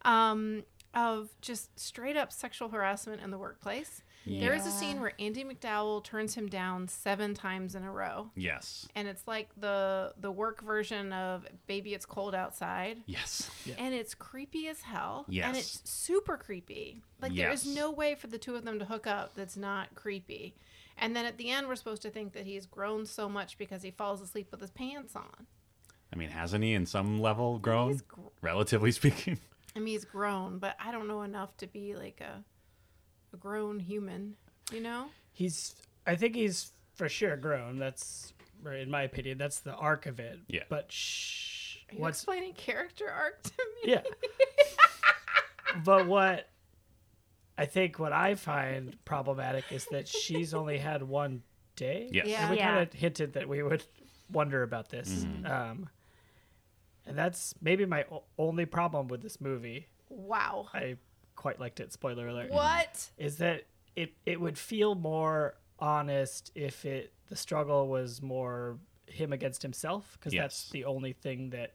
um, of just straight up sexual harassment in the workplace. There is a scene where Andy McDowell turns him down seven times in a row,
Yes.
and it's like the the work version of "Baby, it's cold outside."
Yes.
and it's creepy as hell.
Yes.
And it's super creepy. Like there is
Yes.
no way for the two of them to hook up that's not creepy. And then at the end we're supposed to think that he's grown so much because he falls asleep with his pants on.
I mean, hasn't he in some level grown,
He's gr-
relatively speaking?
I mean he's grown, but I don't know enough to be like a a grown human, you know?
He's, I think he's for sure grown. That's, or in my opinion, that's the arc of it.
Yeah.
But shh,
Are you
what's
explaining character arc to me?
yeah. but what I think what I find problematic is that she's only had one day.
Yes.
Yeah.
And we
Yeah.
kind of hinted that we would wonder about this.
Mm-hmm.
Um, and that's maybe my o- only problem with this movie.
Wow.
I quite liked it. Spoiler alert.
What?
Is that it? It would feel more honest if it the struggle was more him against himself because that's
Yes.
the only thing that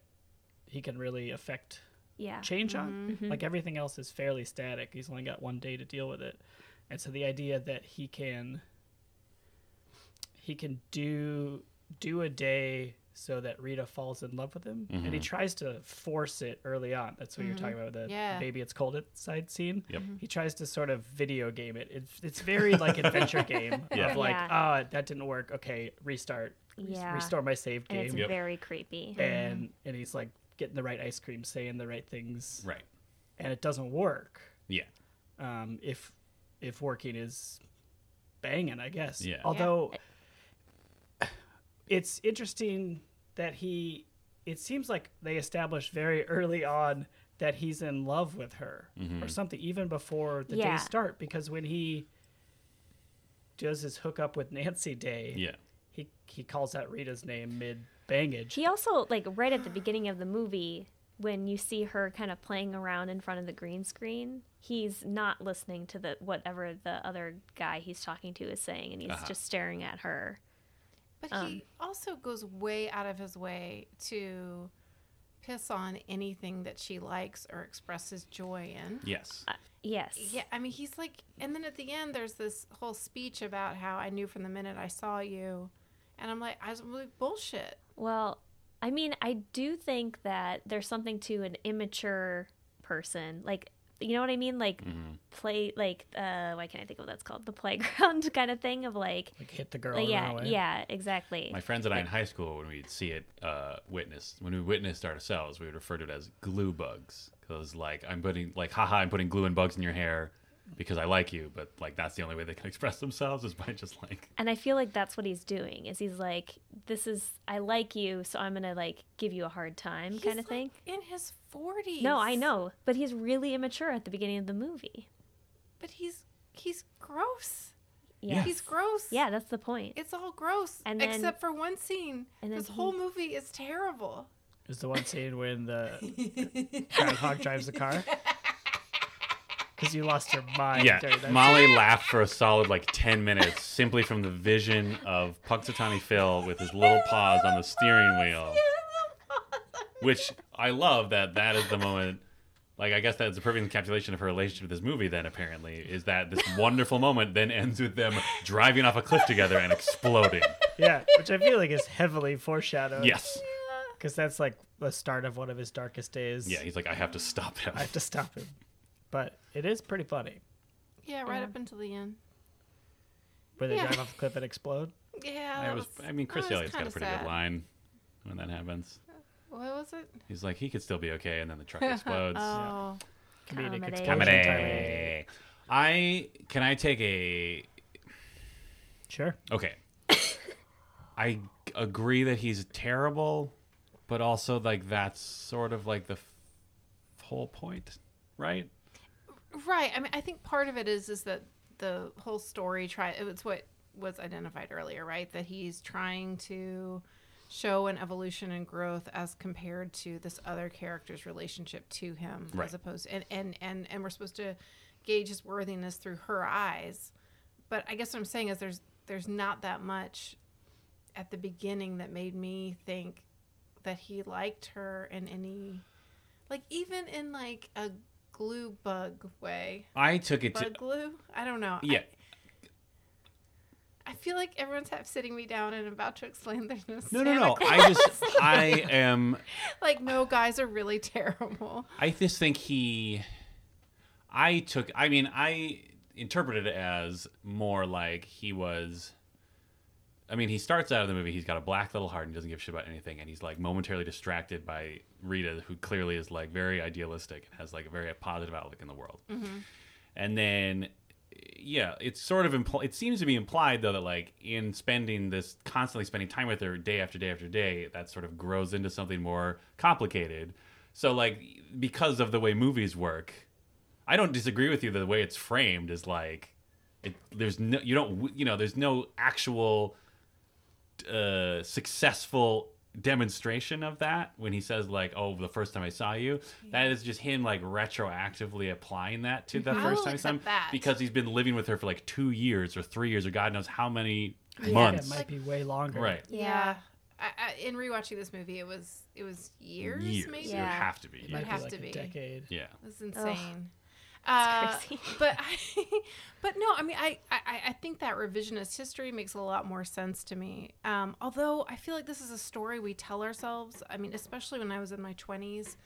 he can really affect
Yeah.
change
Mm-hmm.
on. Like everything else is fairly static. He's only got one day to deal with it. And so the idea that he can he can do do a day so that Rita falls in love with him. And
Mm-hmm.
he tries to force it early on. That's what you're
Mm-hmm.
talking about with the
Yeah.
baby it's cold outside scene.
Yep.
He tries to sort of video game it. It's it's very like adventure game
Yeah.
of like,
Yeah.
oh, that didn't work. Okay, restart. Res-
Yeah.
Restore my save
And it's
game
Yep.
very creepy.
and and he's like getting the right ice cream, saying the right things,
Right.
and it doesn't work.
Yeah.
Um, if if working is banging, I guess.
Yeah. Yeah.
Although it's interesting that he, it seems like they established very early on that he's in love with her
Mm-hmm.
or something, even before the
Yeah.
days start, because when he does his hookup with Nancy Day,
Yeah.
he he calls out Rita's name mid bangage.
He also like right at the beginning of the movie when you see her kind of playing around in front of the green screen, he's not listening to the whatever the other guy he's talking to is saying and he's
Uh-huh.
just staring at her.
But he also goes way out of his way to piss on anything that she likes or expresses joy in.
Yes.
Yes.
Yeah, I mean, he's like, and then at the end, there's this whole speech about how I knew from the minute I saw you. And I'm like, I was like, bullshit.
Well, I mean, I do think that there's something to an immature person. Like, you know what I mean? Like, play, like, uh, why can't I think of what that's called? The playground kind of thing of like,
like hit the girl.
like,
and run
yeah,
away.
yeah, exactly.
My friends and I in high school, when we'd see it uh, witnessed, when we witnessed ourselves, we would refer to it as glue bugs. Because, like, I'm putting, like, haha, I'm putting glue and bugs in your hair because I like you. But, like, that's the only way they can express themselves is by just, like,
and I feel like that's what he's doing is he's like, this is, I like you, so I'm going to like give you a hard time
He's,
kind of
like,
thing.
In his 40s.
No, I know, but he's really immature at the beginning of the movie.
But he's he's gross.
Yeah.
He's gross.
Yeah, that's the point.
It's all gross.
And then-
except for one scene.
and then
this
he-
whole movie is terrible.
Is the one scene when the groundhog drives the car? Because you lost your mind
yeah.
during that.
Molly laughed for a solid, like, 10 minutes simply from the vision of Punxsutawney Phil with his little paws on the steering wheel. Which I love that that is the moment. Like, I guess that's a perfect encapsulation of her relationship with this movie, then, apparently, is that this wonderful moment then ends with them driving off a cliff together and exploding.
yeah, which I feel like is heavily foreshadowed.
Yes.
Because that's like the start of one of his darkest days.
Yeah, he's like, I have to stop him.
I have to stop him. But it is pretty funny.
Yeah,
Uh-huh.
right up until the end.
Where they
Yeah.
drive off a cliff and explode.
Yeah.
I
that
was,
was-
I mean,
that
Chris
was
Elliott's got a
kinda
pretty
sad.
good line when that happens.
What was it?
He's like, he could still be okay, and then the truck explodes.
Oh.
Comedic
Comedy.
explosion. timing.
Comedy. I can I take a
Sure.
okay. I agree that he's terrible, but also like that's sort of like the f- whole point, right?
Right. I mean, I think part of it is is that the whole story try it's what was identified earlier, right? That he's trying to show an evolution and growth as compared to this other character's relationship to him
Right.
as opposed and and and and we're supposed to gauge his worthiness through her eyes. But I guess what I'm saying is there's there's not that much at the beginning that made me think that he liked her in any like even in like a glue bug way
I took it to
bug glue i don't know
yeah.
I, I feel like everyone's half sitting me down and about to explain there's no
No, no,
Santa
no.
Claus.
I just I am
like no guys are really terrible
I just think he. I took. I mean, I interpreted it as more like he was. I mean, he starts out of the movie. He's got a black little heart and doesn't give a shit about anything, and he's like momentarily distracted by Rita, who clearly is like very idealistic and has like a very positive outlook in the world. And then, yeah, it's sort of impl- it seems to be implied though that like in spending this constantly spending time with her day after day after day, that sort of grows into something more complicated. So like because of the way movies work, I don't disagree with you that the way it's framed is like it, there's no you don't you know there's no actual uh, successful demonstration of that when he says like, "Oh, the first time I saw you," that is just him like retroactively applying that to the
I
first
will
time he saw him
accept that.
because he's been living with her for like two years or three years or God knows how many
Yeah,
months.
It might be way longer.
right.
Yeah. I, I, in rewatching this movie, it was it was years,
Years.
maybe.
It would
Yeah.
have to be.
It
years.
might
have
be like
to
a
be.
decade.
Yeah.
It was insane. Uh,
crazy.
but I, but no, I mean, I, I I think that revisionist history makes a lot more sense to me. Um, although I feel like this is a story we tell ourselves. I mean, especially when I was in my twenties,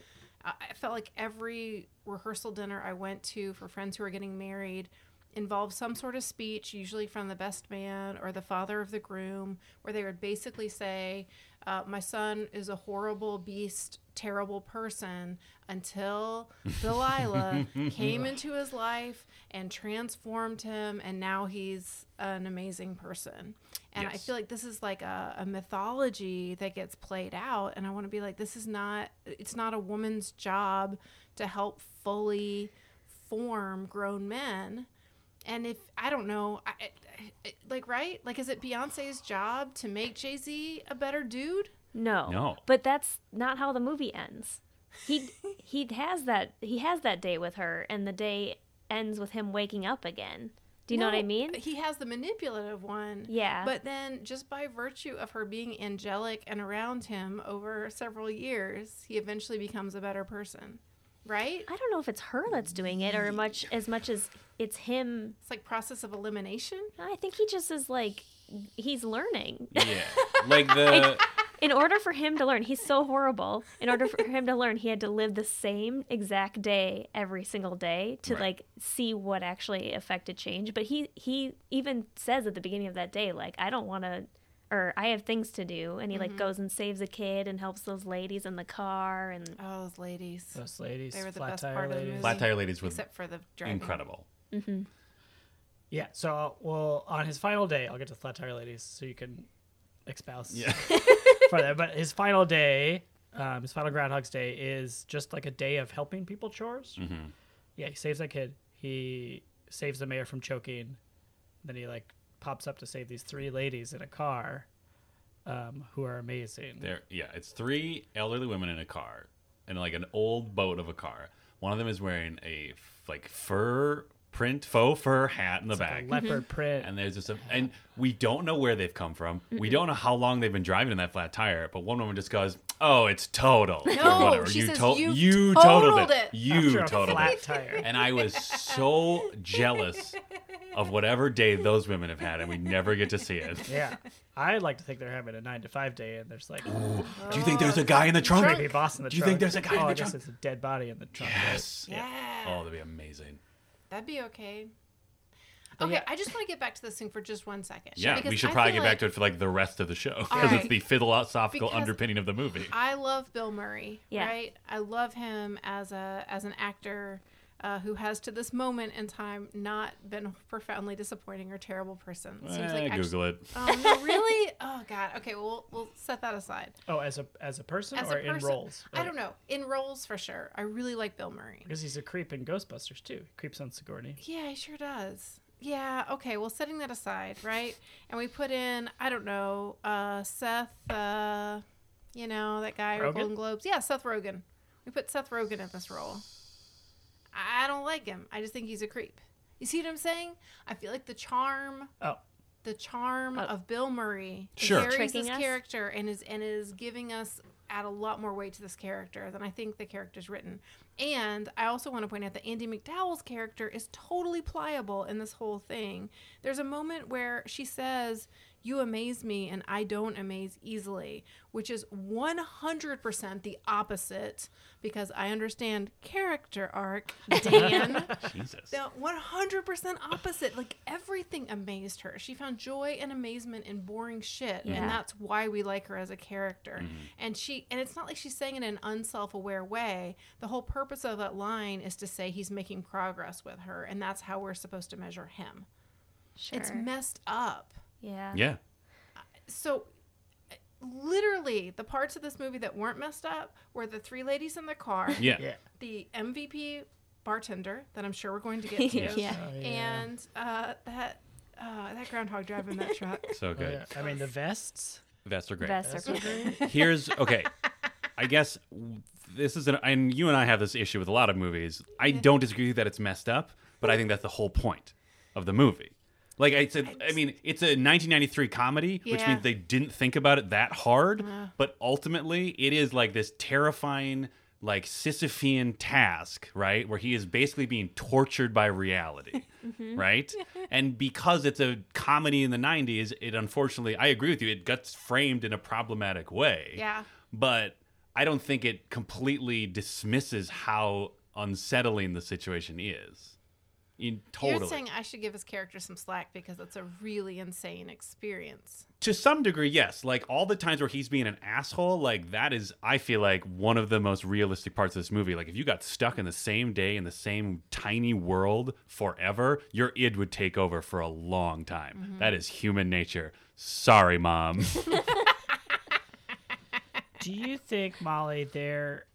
I I felt like every rehearsal dinner I went to for friends who were getting married involved some sort of speech, usually from the best man or the father of the groom, where they would basically say, uh, "My son is a horrible beast, terrible person." Until Delilah came into his life and transformed him, and now he's an amazing person. And I
Yes.
feel like this is like a, a mythology that gets played out, and I want to be like, this is not. It's not a woman's job to help fully form grown men. And if I don't know, I, I- I, like right, like is it Beyonce's job to make Jay Z a better dude?
No.
No.
But that's not how the movie ends. He he has that he has that day with her and the day ends with him waking up again. Do you know what I
No,
mean?
He has the manipulative one.
Yeah.
But then, just by virtue of her being angelic and around him over several years, he eventually becomes a better person, right?
I don't know if it's her that's doing it or much as much as it's him.
It's like process of elimination.
I think he just is like he's learning.
Yeah. Like the
In order for him to learn, he's so horrible. In order for him to learn, he had to live the same exact day every single day to
Right.
like see what actually affected change. But he he even says at the beginning of that day, like, I don't want to, or I have things to do, and he like goes and saves a kid and helps those ladies in the car, and
Oh, those ladies,
Those ladies,
They were the
flat
best
tire
part of the
ladies.
movie.
flat tire ladies were
except for the driving.
incredible.
Yeah. So, well, on his final day, I'll get to the flat tire ladies, so you can expouse
Yeah.
for that. But his final day, um, his final Groundhog's Day is just like a day of helping people chores.
Mm-hmm.
Yeah, he saves that kid. He saves the mayor from choking. Then he like pops up to save these three ladies in a car, um, who are amazing.
There, yeah, it's three elderly women in a car, in like an old boat of a car. One of them is wearing a f- like fur print, faux fur hat in the
It's like
back,
a leopard print.
and there's just a, and we don't know where they've come from. We don't know how long they've been driving in that flat tire. But one woman just goes, "Oh, it's total."
No, she says, "You've totaled it."
You
After a
totaled
flat
it.
tire.
And I was so jealous of whatever day those women have had, and we never get to see it.
Yeah, I like to think they're having a nine to five day, and there's like
Ooh, do you think there's a guy in the trunk?
maybe a boss in the
Do you
trunk.
think there's a guy in
Oh,
the
I guess
trunk?
it's a dead body in the trunk. right?
Yes.
Yeah.
Oh, that'd be amazing.
That'd be okay.
But
okay,
yeah.
I just want to get back to this thing for just one second.
Yeah, we should probably get back to it for like the rest of the show because it's
Alright.
the philosophical
Because-
underpinning of the movie.
I love Bill Murray,
Yeah.
right? I love him as a as an actor uh, who has to this moment in time not been a profoundly disappointing or terrible person. It
Eh,
actu-
Google it.
Oh no, really? oh god. Okay, well we'll we'll set that aside.
Oh, as a as a person
As
or
a person,
in roles?
I don't know. In roles for sure. I really like Bill Murray.
Because he's a creep in Ghostbusters too. He creeps on Sigourney.
Yeah, he sure does. Yeah, okay, well, setting that aside, right? And we put in, I don't know, uh, Seth, uh, you know, that guy,
Rogen?
Golden Globes. Yeah, Seth Rogen. We put Seth Rogen in this role. I don't like him. I just think he's a creep. You see what I'm saying? I feel like the charm,
Oh,
the charm
Oh.
of Bill Murray
Sure.
carries
Tricking
this
us?
character and is and is giving us add a lot more weight to this character than I think the character's written. And I also want to point out that Andy McDowell's character is totally pliable in this whole thing. There's a moment where she says, "You amaze me and I don't amaze easily," which is 100% the opposite because I understand character arc, Dan.
Jesus.
The 100% opposite. Like everything amazed her. She found joy and amazement in boring shit,
Yeah.
and that's why we like her as a character. And she and it's not like she's saying it in an unself-aware way. The whole purpose of that line is to say he's making progress with her, and that's how we're supposed to measure him.
sure,
It's messed up.
yeah,
Yeah.
So literally the parts of this movie that weren't messed up were the three ladies in the car,
Yeah.
yeah.
the MVP bartender that I'm sure we're going to get to.
yeah.
Oh, yeah.
and uh, that uh, that groundhog driving that truck.
So
Oh,
good.
yeah. I mean the vests.
Vests are great.
Vests are great.
Here's okay. I guess this is an and you and I have this issue with a lot of movies. I don't disagree that it's messed up, but I think that's the whole point of the movie. Like I said, I mean, it's a 1993 comedy, which
Yeah.
means they didn't think about it that hard. But ultimately, it is like this terrifying, like Sisyphean task, right? Where he is basically being tortured by reality,
Mm-hmm.
right? and because it's a comedy in the 90s, it unfortunately, I agree with you, it gets framed in a problematic way
Yeah.
but I don't think it completely dismisses how unsettling the situation is. In
You're
totally,
saying I should give his character some slack because it's a really insane experience.
to some degree, yes. Like all the times where he's being an asshole, like that is, I feel like one of the most realistic parts of this movie. Like if you got stuck in the same day in the same tiny world forever, your id would take over for a long time. That is human nature. Sorry, mom.
Do you think Molly there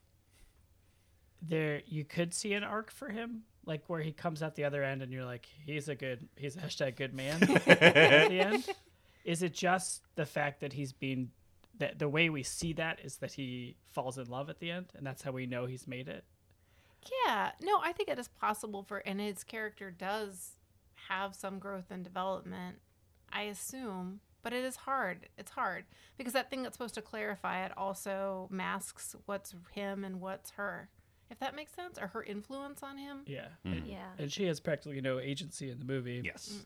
there you could see an arc for him? Like where he comes out the other end and you're like, he's a good he's a hashtag good man at the end? Is it just the fact that he's being that the way we see that is that he falls in love at the end and that's how we know he's made it?
Yeah. No, I think it is possible for, and his character does have some growth and development, I assume, but it is hard. It's hard because that thing that's supposed to clarify it also masks what's him and what's her. If that makes sense, or her influence on him.
Yeah.
Yeah.
And she has practically no agency in the movie.
yes.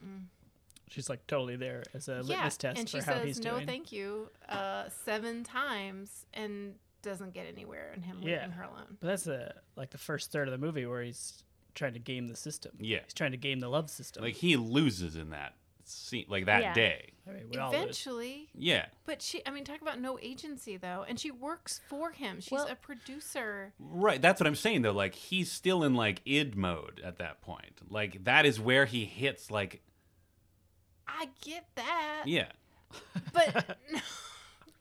She's like totally there as a litmus
yeah.
test
and she
for how
says,
he's
no,
doing.
thank you, uh, seven times and doesn't get anywhere in him
Yeah.
leaving her alone.
But that's a, like the first third of the movie where he's trying to game the system.
Yeah.
He's trying to game the love system.
Like he loses in that scene, like that
Yeah.
day.
I mean, we all lose.
Eventually,
Yeah.
But she, I mean, talk about no agency though. And she works for him. She's
Well-
a producer.
Right, that's what I'm saying though. Like he's still in like id mode at that point. Like that is where he hits like
I get that.
yeah.
But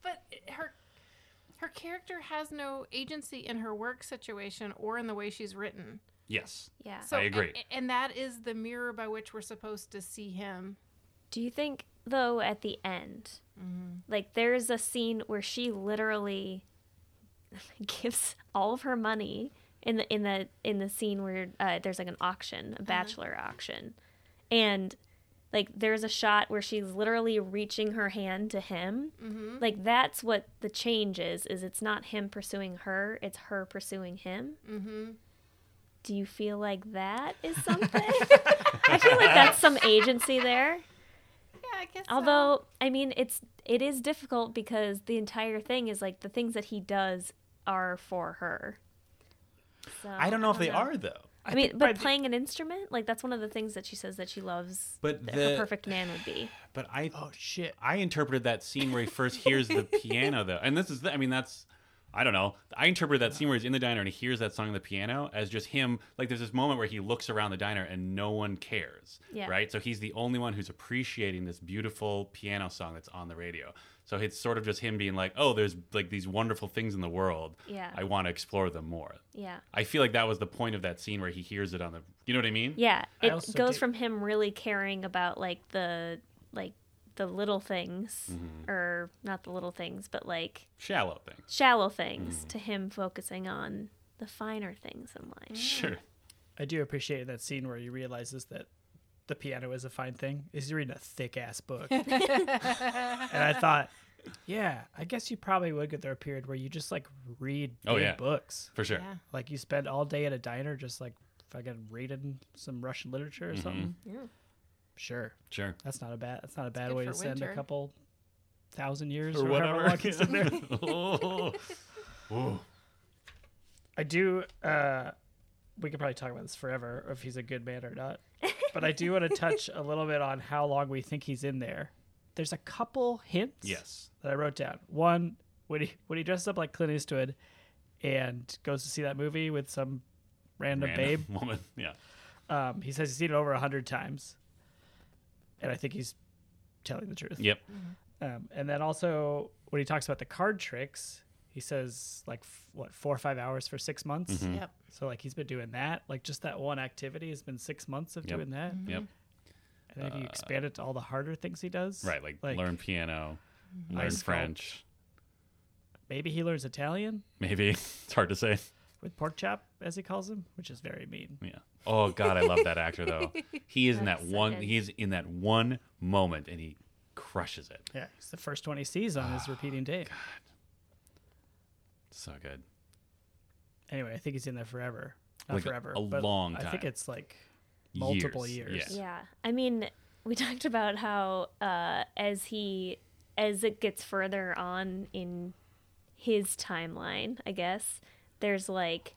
but her her character has no agency in her work situation or in the way she's written.
Yes.
Yeah.
So
I agree.
And, and that is the mirror by which we're supposed to see him.
Do you think though at the end, like there's a scene where she literally gives all of her money in the in the in the scene where uh, there's like an auction, a bachelor auction, and like there's a shot where she's literally reaching her hand to him.
Mm-hmm,
Like that's what the change is. Is it's not him pursuing her, it's her pursuing him. Mm-hmm. Do you feel like that is something? I feel like that's some agency there.
Yeah, I guess. so.
Although, I mean, it's it is difficult because the entire thing is like the things that he does are for her. So
I don't know if they are though.
I mean,
think by
but
the-
playing an instrument, like that's one of the things that she says that she loves.
But
that
the-
her perfect man would be.
But I
Oh shit!
I interpreted that scene where he first hears the piano though. And this is the, I mean that's I don't know. I interpreted that scene where he's in the diner and he hears that song on the piano as just him like there's this moment where he looks around the diner and no one cares.
Yeah.
Right? So he's the only one who's appreciating this beautiful piano song that's on the radio. So it's sort of just him being like, "Oh, there's like these wonderful things in the world.
Yeah.
I want to explore them more."
Yeah,
I feel like that was the point of that scene where he hears it on the. You know what I mean?
yeah.
I
It
also
goes
did-
from him really caring about like the like the little things,
Mm-hmm.
or not the little things, but like
Shallow thing.
shallow
Mm-hmm.
things, to him focusing on the finer things in life.
Sure.
I do appreciate that scene where he realizes that the piano is a fine thing. He's reading a thick ass book, and I thought, yeah, I guess you probably would get there a period where you just like read
Oh,
big
yeah.
books,
For sure.
Yeah.
like you spend all day at a diner just like fucking reading some Russian literature or
Mm-hmm.
something.
Yeah.
Sure,
Sure.
that's not a bad that's not a bad
good
way
for
to send a
winter.
couple thousand years
Or
or, whatever.
whatever.
long he's in there.
oh. Oh.
I do. Uh, we could probably talk about this forever if he's a good man or not. But I do want to touch a little bit on how long we think he's in there. There's a couple hints.
Yes.
That I wrote down. One when he when he dresses up like Clint Eastwood, and goes to see that movie with some random,
Random
babe.
Woman. Yeah.
Um, he says he's seen it over a hundred times, and I think he's telling the truth.
Yep.
Um, and then also when he talks about the card tricks, he says like f- what four or five hours for six months.
Mm-hmm.
Mm. Yep.
So like he's been doing that, like just that one activity has been six months of
Yep.
doing that,
Yep.
and then if you expand it to all the harder things he does.
Right. Like, learn piano. learn
Nice.
French.
Maybe he learns Italian
Maybe it's hard to say.
with pork chop, as he calls him, which is very mean.
Yeah. Oh God, I love that actor though. He is in that
That's so
one.
good.
He is in that one moment, and he crushes it.
Yeah, it's the first one he sees on
Ah,
his repeating tape.
So good.
Anyway, I think he's in there forever. Not
Like a-
forever.
a
but
long
I think
time.
it's like multiple years.
Yeah.
Yeah. I mean, we talked about how uh, as he as it gets further on in his timeline, I guess, there's like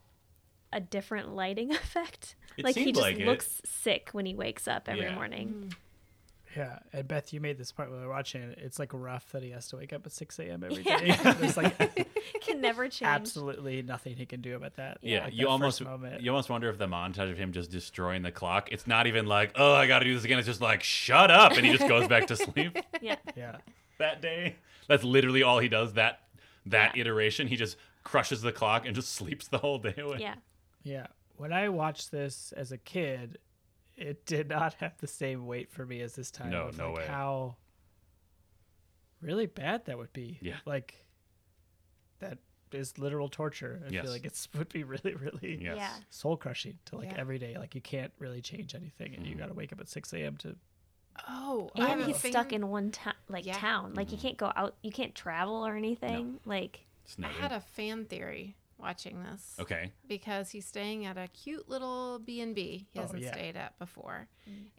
a different lighting effect.
It
like he
seemed
just
like it.
looks sick when he wakes up every
Yeah.
Mm.
morning.
Yeah, and Beth, you made this part when we were watching it. It's like rough that he has to wake up at 6 a.m. every day.
Yeah.
There's like
Can never change.
absolutely nothing he can do about that.
Yeah,
Like
you
that
almost
first moment.
you almost wonder if the montage of him just destroying the clock. It's not even like, oh, I got to do this again. It's just like, shut up, and he just goes back to sleep
Yeah.
Yeah,
that day. That's literally all he does. That that
Yeah.
iteration, he just crushes the clock and just sleeps the whole day away.
Yeah.
yeah. When I watched this as a kid, it did not have the same weight for me as this time.
No,
of,
no
like,
way.
How really bad that would be.
Yeah.
like that is literal torture. I
Yes.
feel like it's would be really, really
Yes.
Yeah.
soul crushing to like
Yeah.
every day. Like you can't really change anything,
Mm-hmm.
and you got to wake up at 6 a.m. to
Oh, I have
And
a
he's stuck
thing-
in one town, like
Yeah.
town. Like you
Mm-hmm.
can't go out, you can't travel or anything. Like
It's
I
noted.
had a fan theory watching this
okay.
because he's staying at a cute little B&B he
Oh,
hasn't
yeah.
stayed at before.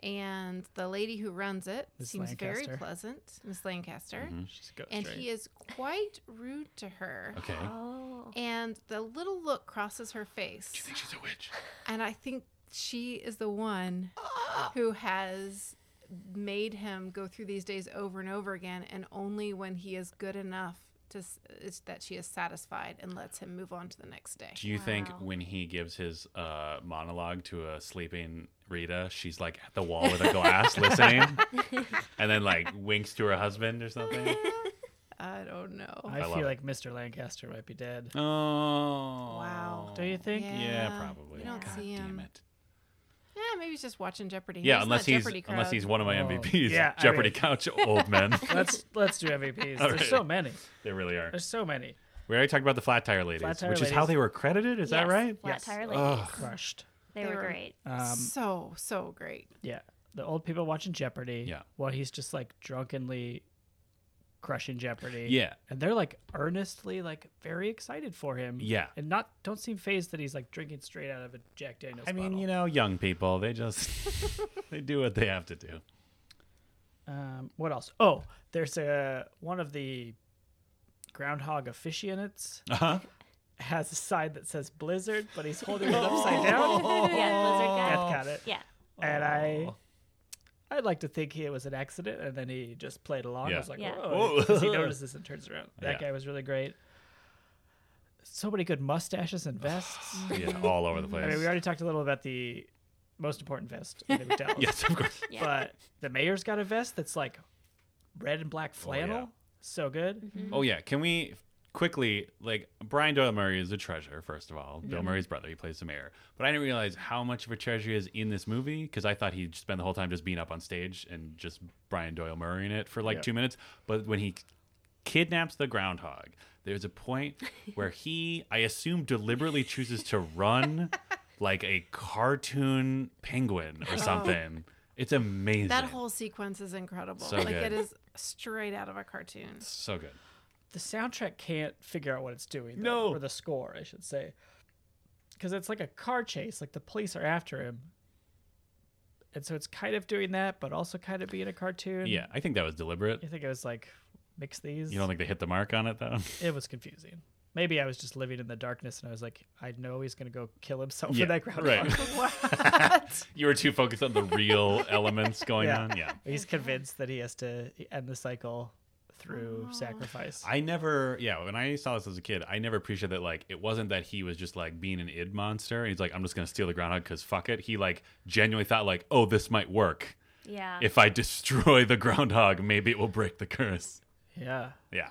And the lady who runs it
Miss
seems very
Lancaster. Mm-hmm.
pleasant, Miss Lancaster.
just go
And
straight.
he is quite rude to her.
Okay.
oh,
And the little look crosses her
Do you
face.
think she's a witch?
And I think she is the one
Ah!
who has made him go through these days over and over again. And only when he is good enough to s- is that she is satisfied and lets him move on to the next day.
Do you think
Wow.
when he gives his uh, monologue to a sleeping Rita, she's like at the wall with a glass listening, and then like winks to her husband or something?
I don't know.
I,
I love
feel
it.
like Mr. Lancaster might be dead.
Oh. Wow.
Do you think?
Oh. Yeah, probably.
You don't
God
see him.
Damn it.
Yeah, maybe he's just watching Jeopardy.
Yeah,
in
unless
that
he's
Jeopardy crowd.
unless he's one of my
Oh,
MVPs.
yeah, I
Jeopardy
mean-
couch old men.
Let's let's do MVPs.
All
There's
right.
so many.
they really are.
There's so many.
We already talked about the flat tire ladies,
Flat tire
which is how
ladies.
they were credited. Is that
Yes,
right?
Flat
Yes.
tire ladies.
Ugh.
Crushed.
They,
They
were
were-
great.
Um,
so so great.
yeah, the old people watching Jeopardy.
Yeah.
while he's just like drunkenly crushing Jeopardy.
Yeah.
and they're like earnestly, like very excited for him.
Yeah.
and not don't seem phased that he's like drinking straight out of a Jack Daniel's.
I mean,
bottle.
you know, young people, they just they do what they have to do.
Um, what else? Oh, there's a one of the groundhog aficionates
Uh-huh.
has a sign that says Blizzard, but he's holding it upside
Oh.
down.
yeah, Blizzard guy.
Beth got
Oh.
it.
Yeah.
and I,
Oh.
I'd like to think he- it was an accident, and then he just played along. I
Yeah.
was like,
Yeah.
whoa,
Whoa.
'cause he notices and turns around. That
Yeah.
guy was really great. So many good mustaches and vests.
Yeah, all over the place.
I mean, we already talked a little about the most important vest. I think we dealt with.
yes, of course.
Yeah.
But the mayor's got a vest that's like red and black flannel. So good.
Mm-hmm.
Oh yeah, can we quickly like Brian Doyle Murray is a treasure. First of all, Bill Murray's brother, he plays the mayor. But I didn't realize how much of a treasure he is in this movie because I thought he'd spend the whole time just being up on stage and just Brian Doyle Murray in it for like
Yeah.
two minutes. But when he kidnaps the groundhog, there's a point where he, I assume, deliberately chooses to run like a cartoon penguin or something. It's amazing.
That whole sequence is incredible.
So
like
good.
it is straight out of a cartoon.
so good.
the soundtrack can't figure out what it's doing.
No.
though, or the score, I should say, because it's like a car chase. Like the police are after him, and so it's kind of doing that, but also kind of being a cartoon.
Yeah, I think that was deliberate.
you think it was like mix these?
You don't think they hit the mark on it though?
it was confusing. Maybe I was just living in the darkness, and I was like, I know he's gonna go kill himself
Yeah,
in that ground.
right.
What?
You were too focused on the real elements going
Yeah.
on. Yeah.
He's convinced that he has to e-, end the cycle through sacrifice.
I never, yeah, when I saw this as a kid, I never appreciated that, like, it wasn't that he was just, like, being an id monster. He's like, I'm just going to steal the groundhog because fuck it. He, like, genuinely thought, like, oh, this might work.
yeah.
Uh-huh.
If I destroy the groundhog, maybe it will break the curse.
yeah.
Yeah.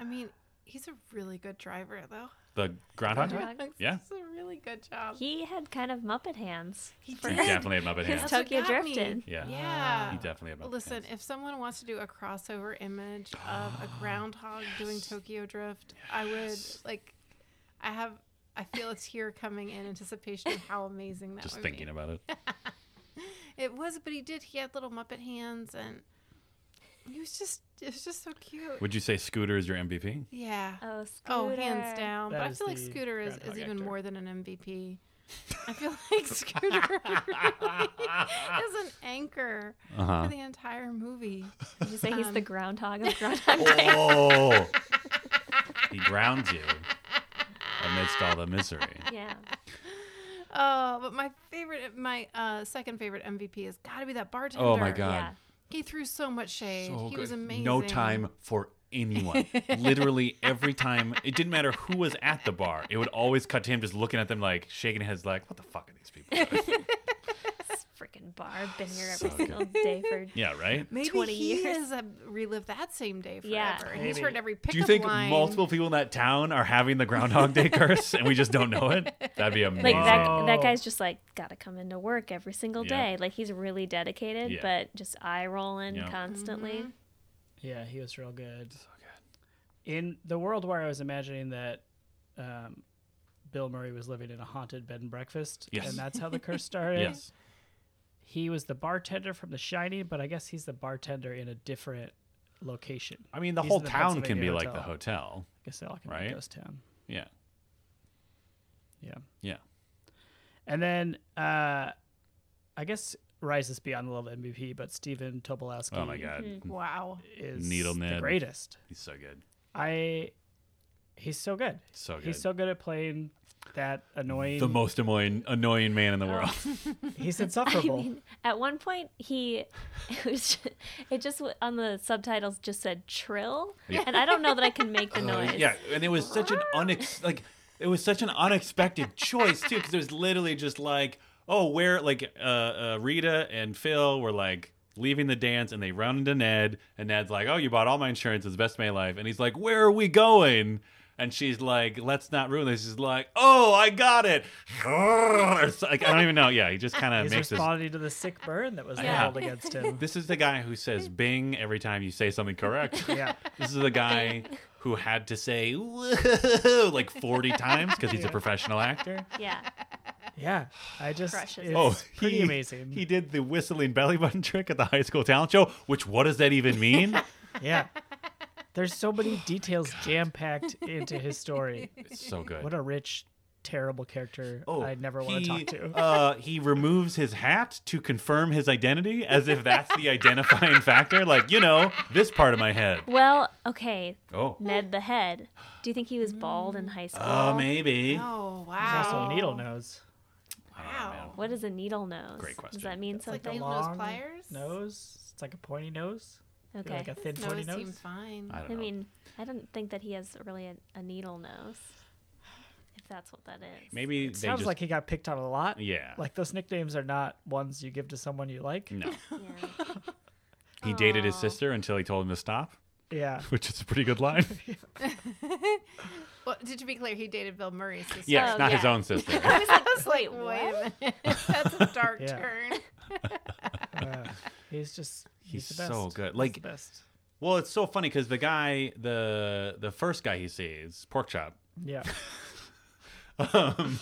I mean, he's a really good driver though.
the groundhog.
Groundhog.
Yeah.
It's a really good job.
He had kind of Muppet hands.
He
He definitely had Muppet
His
hands.
That's what
Tokyo
got me.
drifted.
Yeah.
Yeah.
He definitely had Muppet
Listen,
hands.
if someone wants to do a crossover image of a groundhog doing Tokyo Drift, I would like. I have. I feel it's here coming in anticipation of how amazing that
just
would
thinking
be.
about it.
It was, but he did. He had little Muppet hands, and he was just. It was just so cute.
Would you say Scooter is your MVP?
yeah.
Oh,
Oh, hands
Scooter.
down.
That
but I
is
feel like
the
Scooter is, is
groundhog
even
actor.
more than an MVP. I feel like Scooter really is an anchor
Uh-huh.
for the entire movie.
Would you say he's the
Um,
groundhog of Groundhog Day?
Oh. he grounds you amidst all the misery.
yeah.
Oh, but my favorite, my uh, second favorite MVP has got to be that bartender.
Oh my god.
Yeah.
He threw so much shade.
So
he was
good.
amazing.
No time for anyone. Literally every time, it didn't matter who was at the bar. It would always cut to him just looking at them like shaking his like, "What the fuck are these people?" doing?"
This freaking bar. I've been here
So
every
good.
single day for.
yeah, right.
Maybe
20
he
years.
has uh, relived that same day forever.
Yeah.
And he's
Maybe.
heard every pickup
Do you think
line.
multiple people in that town are having the Groundhog Day curse and we just don't know it? That'd be amazing.
Like that,
Amazing.
that guy's just like gotta come into work every single
Yeah.
day. Like he's really dedicated,
Yeah.
but just eye rolling
Yeah.
constantly.
Yeah, he was real good. So good. In the world where I was imagining that um, Bill Murray was living in a haunted bed and breakfast,
Yes.
and that's how the curse started.
yes.
He was the bartender from The Shining, but I guess he's the bartender in a different location.
I mean, the
He's
whole
in the
town can be
Pennsylvania
like the hotel.
I guess they all can
Right?
be ghost town.
Yeah.
Yeah.
Yeah.
And then uh, I guess Rise is beyond the level of MVP, but Steven Tobolowsky
Oh my god,
Wow.
is
Needle
the
Ned.
greatest.
he's so good. I
I he's so good.
So good.
He's so good at playing that annoying.
the most annoying, annoying man in the world.
he's
I
insufferable.
mean, at one point he, it was, just, it just w- on the subtitles just said trill,
Yeah. Uh,
and I don't know that I can make the noise.
Yeah, and it was such an unex like it was such an unexpected choice too, because it was literally just like, oh, where like uh, uh, Rita and Phil were like leaving the dance, and they run into Ned, and Ned's like, oh, you bought all my insurance, it's the best of my life, and he's like, where are we going? And she's like, let's not ruin this. She's like, oh, I got it. Or so- like I don't even know. Yeah, he just kind of
he's
makes this.
responding to the sick burn that was
Yeah.
held against him.
This is the guy who says Bing every time you say something correct.
yeah,
This is a guy who had to say "Whoa," like 40 times because he's a professional actor.
yeah.
yeah. I just
Crushes
it's
it.
Oh,
pretty
he,
amazing.
He did the whistling belly button trick at the high school talent show, which what does that even mean?
yeah. There's so many details jam packed into his story.
It's so good.
What a rich, terrible character
Oh,
I'd never want to
he,
talk to.
uh, he removes his hat to confirm his identity as if that's the identifying factor. Like, you know, this part of my head.
Well, okay,
Oh.
Ned the head. Do you think he was bald
Mm.
in high school?
Oh, maybe.
Oh,
He's
wow.
also needle nose.
I don't know, man.
What is a needle nose?
Great
Does
question.
that mean
It's like
something?
Needle nose pliers?
nose. It's like a pointy nose.
okay.
Like a thin
His
pointy
nose
nose.
seemed fine.
I don't
I
know.
mean, I don't think that he has really a, a needle nose. If that's what that is.
maybe
It
they
sounds
just,
like he got picked on a lot.
yeah.
Like those nicknames are not ones you give to someone you like.
no.
Yeah.
He dated his
Aw.
sister until he told him to stop,
Yeah.
which is a pretty good line.
Well, to be clear, he dated Bill Murray's sister.
Yes,
Oh,
not his
yeah.
own sister.
I was like, I was like,
Wait,
wait a minute. That's a dark
Yeah.
turn.
Uh, he's just he's,
He's
the best.
so good.
He's
Like-
the best.
well, it's so funny because the guy, the the first guy he sees, Porkchop,
Yeah.
um,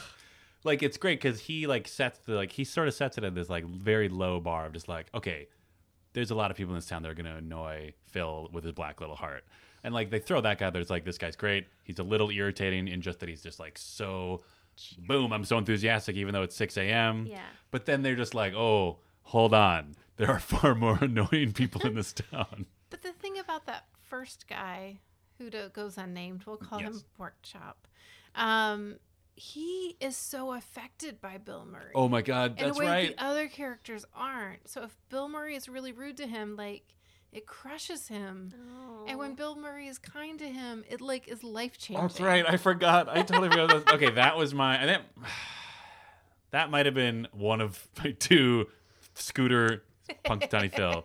like it's great because he like sets the like he sort of sets it at this like very low bar of just like okay, there's a lot of people in this town that are gonna annoy Phil with his black little heart, and like they throw that guy. There's like this guy's great. He's a little irritating in just that he's just like so, boom. I'm so enthusiastic even though it's six a.m.
Yeah.
But then they're just like oh hold on. There are far more annoying people in this town.
But the thing about that first guy who do- goes unnamed, we'll call him
Yes.
Pork Chop. Um, he is so affected by Bill Murray.
Oh my God,
in a
that's
way
right.
the other characters aren't. So if Bill Murray is really rude to him, like it crushes him. And
Oh.
when Bill Murray is kind to him, it like is life changing.
That's right. I forgot. I totally forgot. That. Okay, that was my. And that that might have been one of my two Scooter Punk Tiny Phil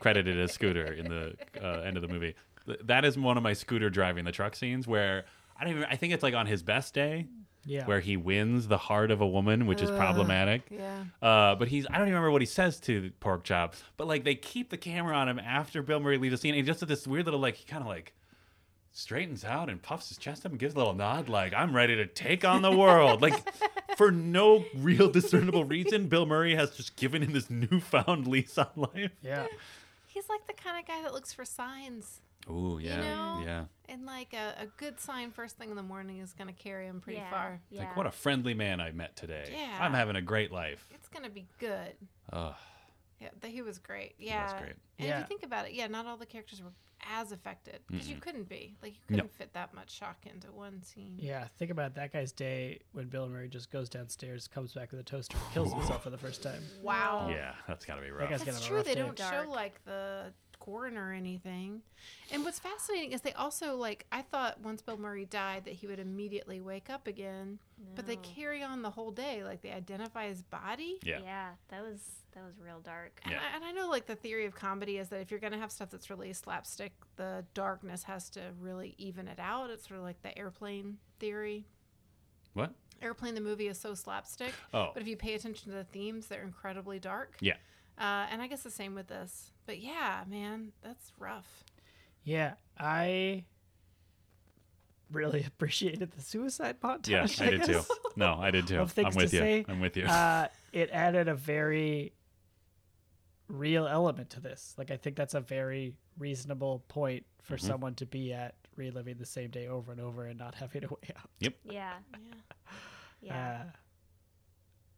credited as Scooter in the uh, end of the movie. Th- That is one of my Scooter driving the truck scenes where. I don't even. I think it's like on his best day
Yeah.
where he wins the heart of a woman, which is problematic.
Yeah.
Uh, but he's I don't even remember what he says to Pork Chop, but like they keep the camera on him after Bill Murray leaves the scene, and he just did this weird little like he kind of like straightens out and puffs his chest up and gives a little nod like I'm ready to take on the world, like for no real discernible reason. Bill Murray has just given him this newfound lease on life.
yeah.
He's like the kind of guy that looks for signs.
Ooh yeah,
know?
yeah.
And like a, a good sign first thing in the morning is going to carry him pretty
yeah,
far.
Yeah.
Like what a friendly man I met today.
Yeah.
I'm having a great life.
It's going to be good.
Ugh.
Yeah, th- he was great. Yeah.
was great.
And if
Yeah.
you think about it, yeah, not all the characters were as affected because you couldn't be. Like you
No.
couldn't fit that much shock into one scene.
Yeah, think about that guy's day when Bill Murray just goes downstairs, comes back with a toaster, kills himself for the first time.
Wow.
Yeah, that's gotta be rough.
guy's kind
That's
of a
true.
rough
They
day.
don't
Dark.
show like the coroner or anything. And what's fascinating is they also like I thought once Bill Murray died that he would immediately wake up again, but they
No.
carry on the whole day. Like they identify his body.
Yeah.
Yeah, that was that was real dark.
Yeah.
And, I, and I know like the theory of comedy is that if you're going to have stuff that's really slapstick, the darkness has to really even it out. It's sort of like the airplane theory.
What?
Airplane the movie is so slapstick,
Oh.
but if you pay attention to the themes, they're incredibly dark.
Yeah.
Uh, and I guess the same with this. But yeah, man, that's rough.
Yeah, I really appreciated the suicide montage.
Yeah, I did too.
guess.
No, I did too.
Of
I'm
things
with
to
you.
say.
I'm with you.
Uh, it added a very real element to this. Like, I think that's a very reasonable point for
Mm-hmm.
someone to be at, reliving the same day over and over and not having a way out.
Yeah.
Yeah.
Yeah.
Uh,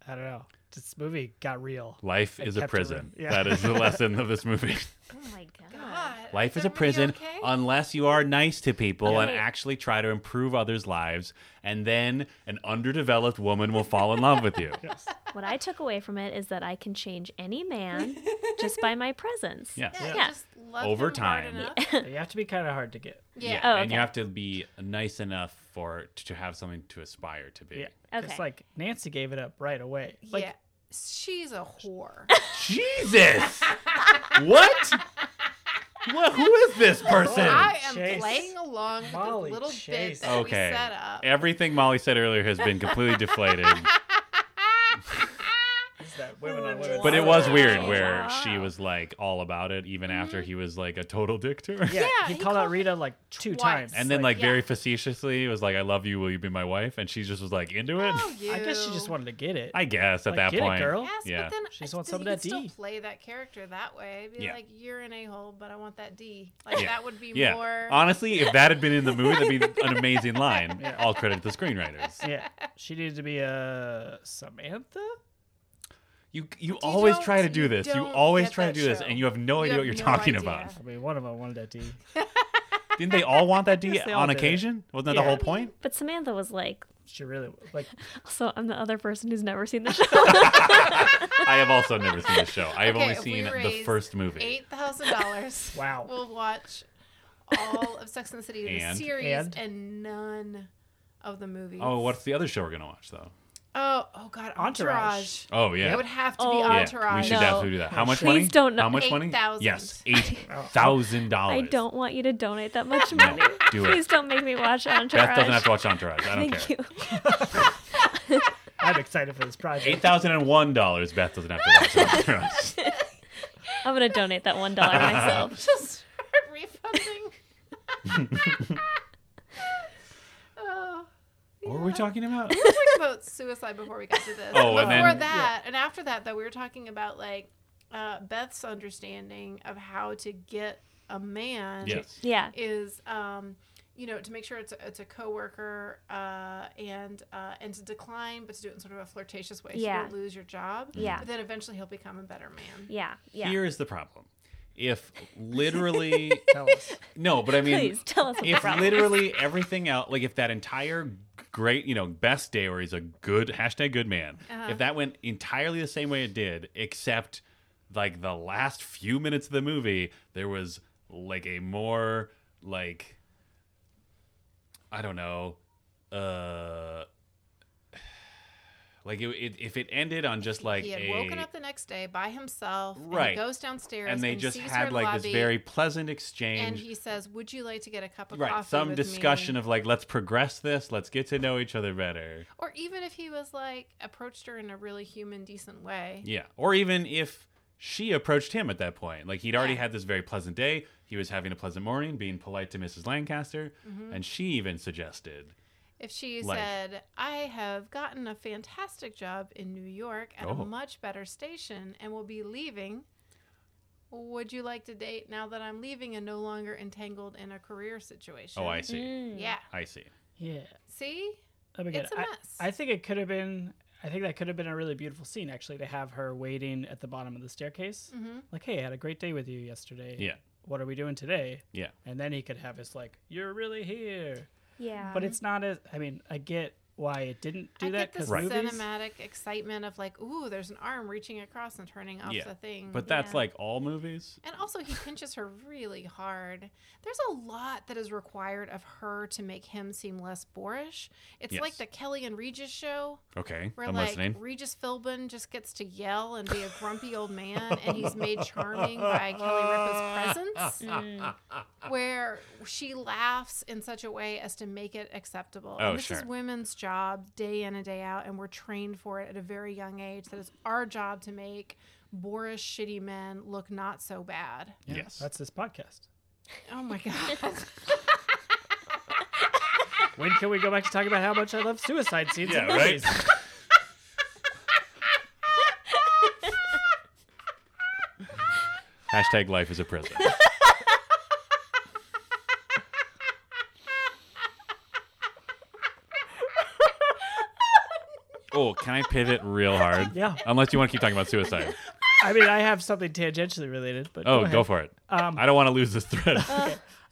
I don't know. This movie got real.
Life
I
is a
kept it real-
prison.
yeah.
That is the lesson of this movie.
oh my god.
Uh, God.
Life is a
everybody
prison
okay?
unless you are nice to people and
Right.
actually try to improve others' lives, and then an underdeveloped woman will fall in love with you.
Yes.
What I took away from it is that I can change any man just by my presence.
Yeah.
yeah,
Yeah.
Just love
Over
them hard
time.
enough.
you have to be kind of hard to get.
Yeah. Uh,
Oh,
And you
okay.
have to be nice enough for to have something to aspire to be.
Yeah.
Okay.
Just like Nancy gave it up right away. Like,
yeah. She's a whore.
Jesus! what? What? Who is this person?
I am
Chase.
playing along with
Molly
this little
Chase.
bit that
okay.
we set up.
Everything Molly said earlier has been completely deflated.
it's that women on women.
But it was
Wow.
weird where
Wow.
she was like all about it, even after he was like a total dick to her.
Yeah,
Mm-hmm. Yeah,
he,
he
called
called
out
her
Rita like two
twice.
times.
And then like
yeah.
very facetiously was like, "I love you. Will you be my wife?" And she just was like into it.
Oh, you.
I guess she just wanted to get it.
I guess at
Like,
that
get it,
point,
girl.
Yes,
Yeah.
but then
She just wants
you
some of
could
that
still
D.
play that character that way. Be
Yeah.
like, you're an a-hole, but I want that D. Like
Yeah.
that would be
yeah.
more.
Honestly, if that had been in the movie, that'd be an amazing line.
Yeah.
All credit to the screenwriters.
yeah, she needed to be a Samantha.
You you always
don't-
try to
you
do this. You
don't
always
get
try to
that
do this,
show.
and you have no
You
idea
have
what you're
no
talking
idea.
about.
I mean, one of them wanted that D.
Didn't they all want that D
Yes, they all
on
did.
occasion? Wasn't that
Yeah.
the whole point?
But Samantha was like,
She really like.
"So I'm the other person who's never seen the show."
I have also never seen the show. I have
Okay,
only
if we
seen the
raise
first movie.
Eight thousand dollars.
Wow.
We'll watch all of Sex and the City
And-
the series
And?
and, none of the movies.
Oh, what's the other show we're gonna watch though?
Oh, oh God, Entourage.
Entourage.
Oh yeah,
It would have to
Oh.
be
Yeah, we
Yeah,
Entourage.
we should
No.
definitely do that. How much
Please
money?
don't-
How much money?
8,000.
Yes, eight thousand
I
dollars.
don't want you to donate that much
No,
money.
do
Please
it.
don't make me watch Entourage.
Beth doesn't have to watch Entourage. I don't
Thank
care.
you.
I'm excited for this project.
Eight thousand and one dollars. Beth doesn't have to watch Entourage.
I'm gonna donate that one dollar myself.
Just start refunding. oh.
what were we talking about?
We were talking about suicide before we got to this.
Oh, and
before
then-
that, and after that, though, we were talking about like uh, Beth's understanding of how to get a man.
Yes.
Yeah.
is um, you know to make sure it's a, it's a coworker uh, and uh, and to decline, but to do it in sort of a flirtatious way. So
Yeah.
you don't lose your job.
Yeah.
But then eventually he'll become a better man.
Yeah. Yeah.
Here is the problem. If literally
Tell us.
no, but I mean,
Please tell us what the
if
problem.
literally everything else, like if that entire great, you know, best day where he's a good hashtag good man,
Uh-huh.
if that went entirely the same way it did, except like the last few minutes of the movie, there was like a more like I don't know, uh, Like it, it, if it ended on just like
he had
a
woken up the next day by himself. And
Right.
he goes downstairs
and they just
sees
had
her
like
lobby,
this very pleasant
And
exchange,
he says, "Would you like to get a cup of
right?
coffee?"
Some
with
discussion
me?
of like let's progress this, let's get to know each other better.
or even if he was like approached her in a really human, decent way.
Yeah, or even if she approached him at that point, like he'd already
Yeah.
had this very pleasant day. He was having a pleasant morning, being polite to Mrs. Lancaster,
Mm-hmm.
and she even suggested,
If she
Like-
said, I have gotten a fantastic job in New York at
Oh.
a much better station and will be leaving, would you like to date now that I'm leaving and no longer entangled in a career situation?
"Oh, I see,
Mm,
Yeah.
I see."
Yeah.
See?
That'd be good.
It's a
I-
mess.
I, think Hmm. it could have been. I think that could have been a really beautiful scene, actually, to have her waiting at the bottom of the staircase.
Mm.
Mm-hmm. Like, hey, I had a great day with you yesterday.
Yeah.
What are we doing today?
Yeah,
And then he could have his like, you're really here.
Yeah.
But it's not as. I mean, I get why it didn't
Uh-huh.
do
I
that
get the
because
Right.
movies.
cinematic excitement of like, ooh, there's an arm reaching across and turning off
yeah.
the thing.
But that's
Yeah.
like all movies.
and also, he pinches her really hard. There's a lot that is required of her to make him seem less boorish. It's like
Yes.
the Kelly and Regis show.
Okay,
Where
I'm
like
listening.
Regis Philbin just gets to yell and be a grumpy old man, and he's made charming by Kelly Ripa's presence. Where she laughs in such a way as to make it acceptable.
Oh,
and this is
sure.
women's job day in and day out, and we're trained for it at a very young age. That it's our job to make boorish, shitty men look not so bad.
Yeah,
Yes.
That's this podcast.
Oh my god!
When can we go back to talking about how much I love suicide scenes? in
Yeah, right?
movies?
Hashtag life is a prison. oh, can I pivot real hard?
Yeah.
Unless you want to keep talking about suicide.
I mean, I have something tangentially related, but
Oh,
ahead.
go for it.
Um,
I don't want to lose this thread.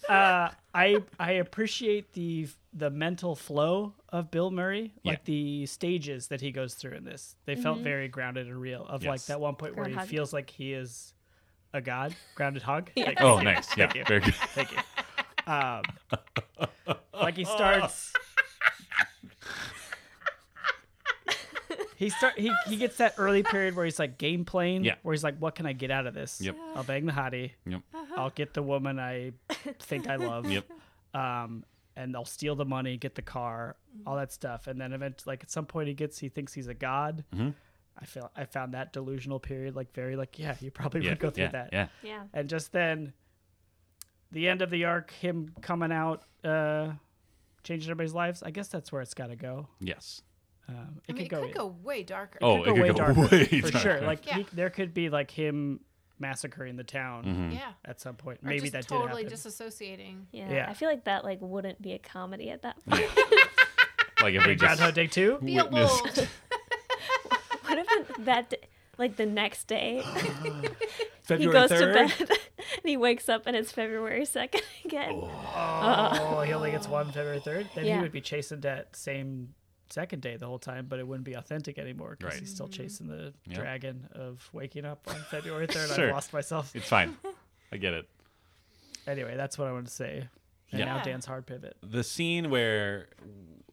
uh, I I appreciate the the mental flow of Bill Murray, like
Yeah.
the stages that he goes through in this. They felt very grounded and real. Of like
Yes.
that one point where
Groundhog.
he feels like he is a god, grounded hog. Like,
oh, nice. Yeah,
you.
very good.
Thank you. Um, like he starts. He start he, he gets that early period where he's like game playing,
Yeah.
where he's like, "What can I get out of this?
Yep.
I'll bang the hottie.
Yep.
I'll get the woman I think I love.
Yep.
Um, and I'll steal the money, get the car, all that stuff. And then eventually, like at some point, he gets he thinks he's a god.
Mm-hmm.
I feel I found that delusional period like very like yeah, you probably
Yeah,
would go through
yeah,
that.
Yeah.
yeah.
And just then, the end of the arc, him coming out, uh, changing everybody's lives. I guess that's where it's got to go.
Yes.
Um, it
I mean,
could go.
way darker.
Oh,
could go way darker, for
darker.
sure. Like
Yeah.
he, there could be like him massacring the town
Mm-hmm.
yeah.
at some point.
Or
Maybe
just
that
totally
did happen.
disassociating.
Yeah.
Yeah.
I feel like that like wouldn't be a comedy at that point.
like if we
Groundhog
just
Day two.
Be a
witnessed
wolf.
what if that d- like the next day he
February
goes to bed and he wakes up and it's February second again?
Oh, he only gets one February third. Then he
Yeah.
would be chasing that same second day the whole time, but it wouldn't be authentic anymore because
Right.
he's still chasing the
Yeah.
dragon of waking up on February third.
Sure.
I lost myself.
It's fine. I get it.
Anyway, that's what I wanted to say. And
Yeah.
now
Yeah.
Dan's hard pivot.
the scene where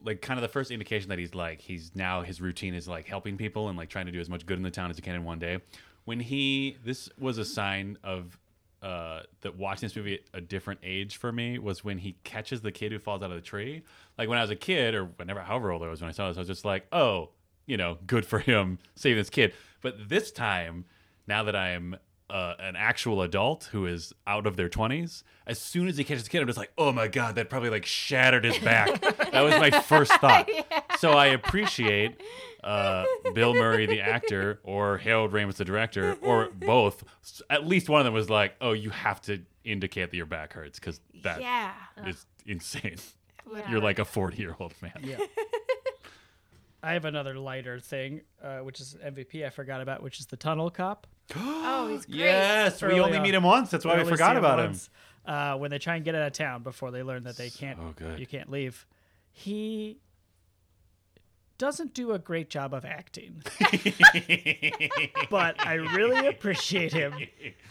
like kind of the first indication that he's like he's now his routine is like helping people and like trying to do as much good in the town as he can in one day when he this was a sign of uh that watching this movie at a different age for me was when he catches the kid who falls out of the tree like when i was a kid or whenever however old i was when i saw this i was just like oh you know good for him saving this kid but this time now that i'm uh, an actual adult who is out of their 20s as soon as he catches the kid i'm just like oh my god that probably like shattered his back that was my first thought so i appreciate uh, bill murray the actor or harold ramis the director or both S- at least one of them was like oh you have to indicate that your back hurts because that is
yeah.
insane
Literally.
you're like a 40 year old man
I have another lighter thing, uh, which is MVP I forgot about, which is the tunnel cop.
Oh, he's great.
yes we
Early
only
on.
meet him once that's why we
only see
forgot about him
once, Uh, when they try and get out of town before they learn that they can't,
So good.
you can't leave. He doesn't do a great job of acting, but I really appreciate him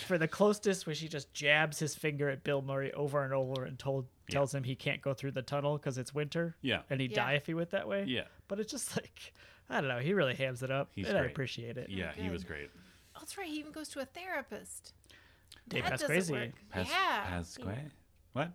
for the closeness, which he just jabs his finger at Bill Murray over and over and told tells him he can't go through the tunnel because it's winter.
Yeah.
and he'd
Yeah.
die if he went that way.
Yeah.
but it's just like I don't know. He really hams it up,
He's
and I
great.
appreciate it.
Yeah, he
good.
was great.
Oh, that's right. He even goes to a therapist.
Dave
that doesn't
Pasquazi.
work.
Pas-
yeah,
Pasquay? What?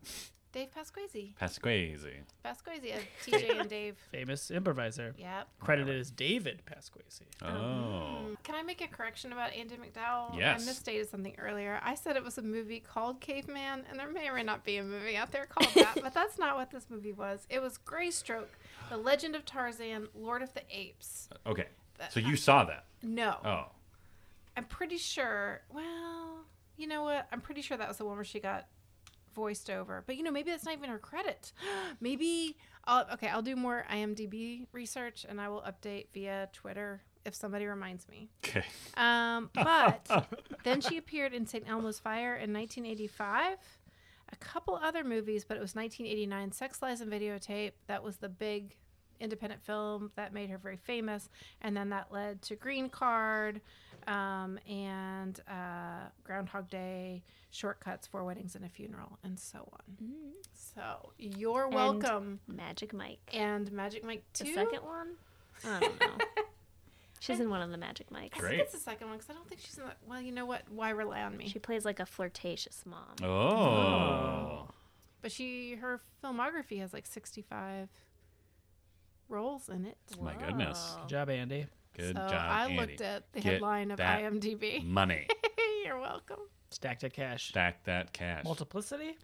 Dave Pasquazi.
Pasquazi.
Pasquazi, uh, TJ and Dave.
Famous improviser,
Yep.
credited as David Pasquazi.
Oh.
Can I make a correction about Andy McDowell?
Yes.
I misstated something earlier. I said it was a movie called Caveman, and there may or may not be a movie out there called that, but that's not what this movie was. It was Greystroke, The Legend of Tarzan, Lord of the Apes.
Okay. So you saw that.
No.
Oh.
I'm pretty sure, well, you know what? I'm pretty sure that was the one where she got voiced over. But, you know, maybe that's not even her credit. maybe, I'll, okay, I'll do more IMDb research and I will update via Twitter if somebody reminds me.
Okay.
Um, but then she appeared in St. Elmo's Fire in 1985, a couple other movies, but it was 1989 Sex, Lies, and Videotape. That was the big independent film that made her very famous. And then that led to Green Card um, and uh, Groundhog Day, Shortcuts, Four Weddings and a Funeral, and so on.
Mm-hmm.
So you're welcome.
Magic Mike.
And, Magic Mike 2.
The second one? I don't know. She's in one of the Magic Mikes.
I
Great.
think it's the second one because I don't think she's in that. Well, you know what? Why rely on me?
She plays like a flirtatious mom.
Oh.
Oh. But she her filmography has like 65 roles in it.
My goodness.
Good job, Andy.
Good
so
job.
I
Andy.
looked at the
Get
headline of
that
IMDb.
money.
You're welcome.
Stacked at cash.
Stack that cash.
Multiplicity?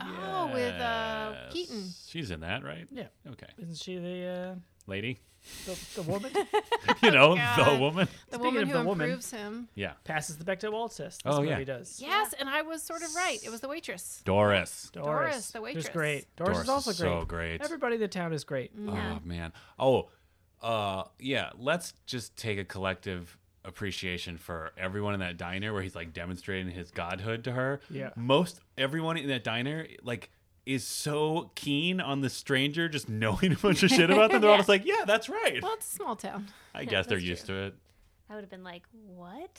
Oh, with, uh,
Yes.
Keaton.
She's in that, right?
Yeah.
Okay.
Isn't she the uh,
Lady.
the, the woman?
You know, the
Oh God.
woman.
The
Speaking
woman
of
who
the woman-
improves him.
Yeah.
Passes the Bechdel test. This
Oh,
movie
yeah.
does.
Yes, and I was sort of right. It was the waitress.
Doris.
Doris,
Doris, the waitress. Mm.
who's great. Doris, is also great.
so great.
Everybody in the town is great.
Yeah.
Oh man. Oh, uh, yeah. Let's just take a collective appreciation for everyone in that diner where he's like demonstrating his godhood to her.
Yeah.
Most everyone in that diner like is so keen on the stranger just knowing a bunch of shit about them. They're all just like, yeah, that's right.
Well, it's a small town.
I guess they're
that's
used to it,
I would have been like, what?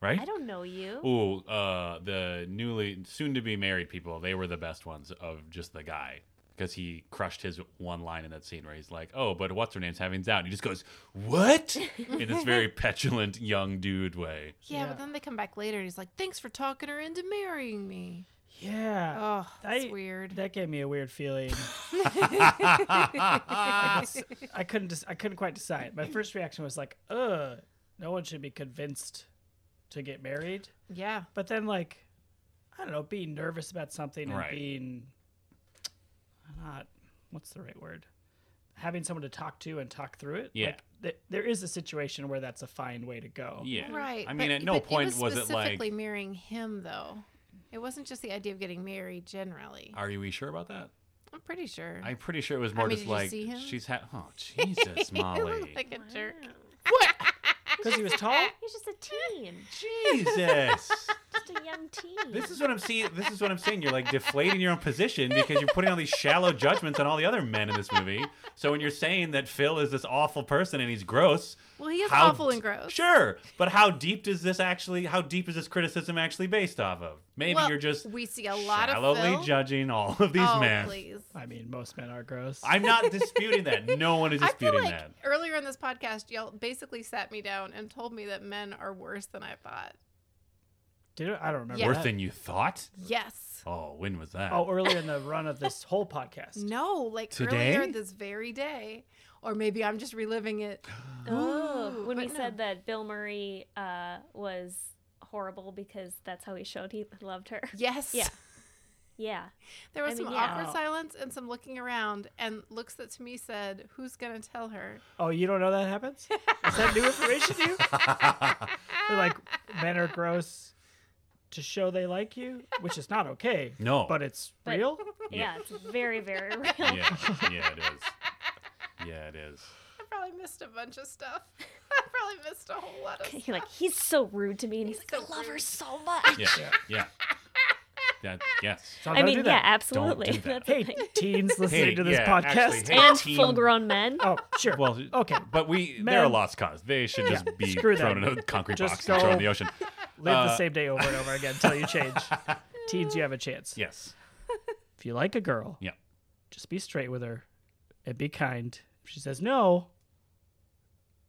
right?
I don't know you.
Ooh, uh, the newly soon to be married people, they were the best ones of just the guy because he crushed his one line in that scene where he's like, "Oh, but what's her name's having out," and he just goes, "What?" in this very petulant young dude way.
Yeah,
Yeah.
but then they come back later and he's like, "Thanks for talking her into marrying me."
Yeah.
Oh, that's
I-
weird.
That gave me a weird feeling. I couldn't just I couldn't quite decide. My first reaction was like, "Ugh, no one should be convinced to get married."
yeah.
But then like I don't know, being nervous about something and
Right.
being not what's the right word? Having someone to talk to and talk through it.
Yeah.
Like, th- there is a situation where that's a fine way to go.
Yeah,
Right.
I mean,
but-
at no
but
point
it was
was, it like,
specifically marrying him though. It wasn't just the idea of getting married generally.
"Are you sure about that?"
I'm pretty sure.
I'm pretty sure it was more
mean,
just
did you
like
see him?
she's had. Oh, Jesus,
He looked
Molly,
like a jerk.
Because he was tall?
He's just a teen,
Jesus.
just a young teen.
This is what I'm seeing. This is what I'm saying. You're like deflating your own position because you're putting all these shallow judgments on all the other men in this movie. So when you're saying that Phil is this awful person and he's gross,
Well, he is
how-
awful and gross.
Sure, but how deep does this actually? How deep is this criticism actually based off of? Maybe
Well,
you're just
we see a lot of
shallowly
Phil.
judging all of these
oh,
men.
please.
I mean, most men are gross.
I'm not disputing that. No one is
I feel
disputing
like
that.
earlier in this podcast, y'all basically sat me down and told me that men are worse than I thought.
Did it? I don't remember.
Yeah.
Worse
that.
than you thought.
Yes.
Oh, when was that?
Oh, earlier in the run of this whole podcast.
No, like
Today?
earlier this very day. Or maybe I'm just reliving it.
Oh,
Ooh,
when we
but no.
said that Bill Murray uh, was horrible because that's how he showed he loved her.
Yes.
Yeah. Yeah.
There was
I mean,
some
yeah.
awkward silence and some looking around and looks that to me said, Who's going to tell her?
Oh, you don't know that happens? Is that new information to you? They're like, men are gross to show they like you, which is not okay.
No.
But it's
But-
real?
Yeah.
Yeah, it's very, very real.
yeah, yeah, it is. Yeah, it is.
I probably missed a bunch of stuff. I probably missed a whole lot of stuff.
You're like, he's so rude to me. And he's,
He's
like,
so
I love her
rude."
so much.
Yeah, yeah. That, yes.
So
I
don't
mean,
do
yeah,
that.
absolutely.
Don't do that.
That's the
Hey,
thing.
teens listening
Hey,
to this
yeah,
podcast.
actually, hey.
and
teen-
full grown men.
Oh, sure.
Well,
okay.
But we, they're a
Men-
lost cause. They should just be
Screw
thrown
them.
in a concrete
Just
box and thrown in
go-
the ocean.
Live
uh,
the same day over and over again until you change. teens, you have a chance.
Yes.
If you like a girl,
Yeah.
just be straight with her and be kind. If she says no,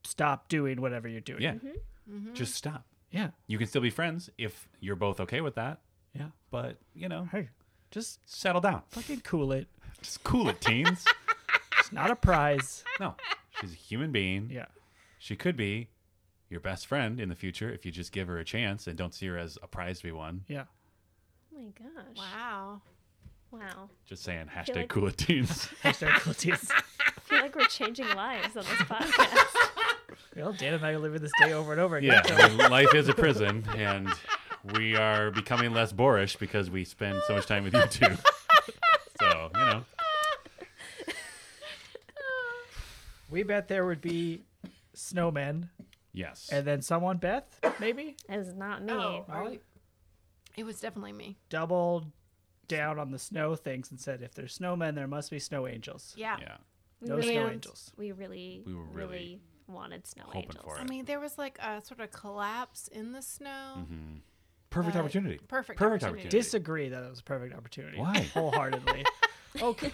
stop doing whatever you're doing.
Yeah.
Mm-hmm.
Just stop.
Yeah.
You can still be friends if you're both okay with that,
Yeah.
but, you know,
Hey, just
settle down.
fucking cool it.
Just cool it, teens.
It's not a prize.
no, she's a human being.
Yeah.
She could be your best friend in the future if you just give her a chance and don't see her as a prize to be won.
Yeah.
Oh my gosh.
Wow.
Wow.
Just saying,
feel
hashtag
like-
cool it, teens.
Hashtag cool teens.
I feel like we're changing lives on this podcast.
Well, Dan and I are living this day over and over again.
Yeah,
so-
I mean, life is a prison, and we are becoming less boorish because we spend so much time with you two. So you know,
We bet there would be snowmen,
yes,
and then someone Beth, maybe
it's not me.
Oh,
Molly?
it was definitely me.
doubled down on the snow things and said, if there's snowmen, there must be snow angels.
Yeah.
yeah,
we,
No
really,
snow
And-
angels.
we really,
We were really
wanted snow
hoping
angels.
for
I
it.
mean, there was like a sort of collapse in the snow.
perfect
Uh,
opportunity.
perfect
perfect
opportunity.
opportunity.
Disagree that it was a perfect opportunity.
Why?
Wholeheartedly. okay.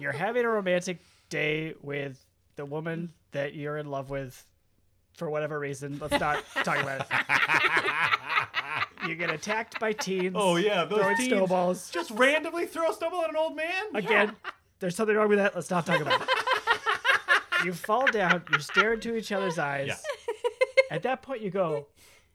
You're having a romantic day with the woman that you're in love with for whatever reason. Let's not talk about it. you get attacked by teens.
oh yeah, those
Throwing
teens
snowballs.
Just randomly throw a snowball at an old man.
Again, there's something wrong with that. Let's not talk about it. you fall down, you stare into each other's eyes. At that point, you go,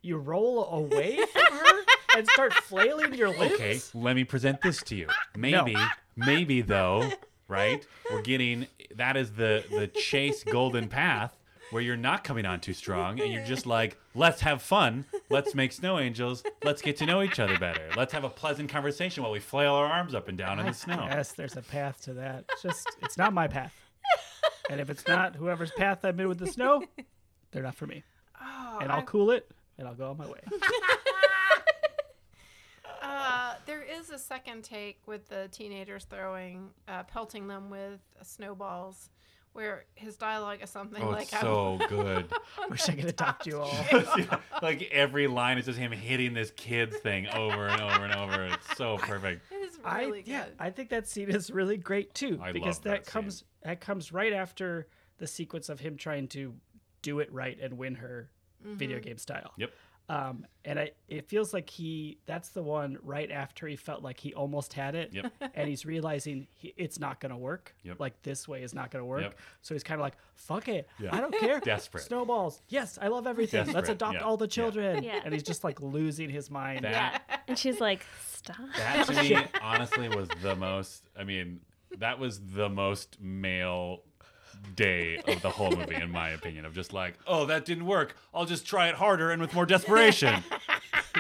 you roll away from her and start flailing your lips.
okay, let me present this to you. Maybe, maybe though, right? We're getting that is the the chase golden path where you're not coming on too strong and you're just like, let's have fun, let's make snow angels, let's get to know each other better, let's have a pleasant conversation while we flail our arms up and down in the snow.
Yes, there's a path to that. It's just, it's not my path. And if it's not whoever's path I'm in with the snow, they're not for me.
Oh,
And I'll cool it and I'll go on my way.
Uh, there is a second take with the teenagers throwing, uh, pelting them with snowballs, where his dialogue is something
Oh,
like,
it's so good.
Wish I could adopt you all.
like every line is just him hitting this kids thing over and over and over. It's so perfect.
I'm, "It is
I
really good."
yeah, I think that scene is really great too
I
because
love that
that, comes that comes right after the sequence of him trying to do it right and win her
Mm-hmm.
video game style.
Yep.
Um, and I it feels like he that's the one right after he felt like he almost had it.
Yep.
And he's realizing he, it's not going to work.
Yep.
Like this way is not going to work.
Yep.
So he's kind of like, "Fuck it,
Yeah.
I don't care."
Desperate.
Snowballs. Yes, I love everything. Let's
Desperate,
adopt
yeah,
all the
yeah.
children.
Yeah.
And he's just like losing his mind.
That
Yeah. And she's like, stop.
That to me, honestly, was the most. I mean, that was the most male day of the whole movie, in my opinion. Of just like, oh, that didn't work. I'll just try it harder and with more desperation.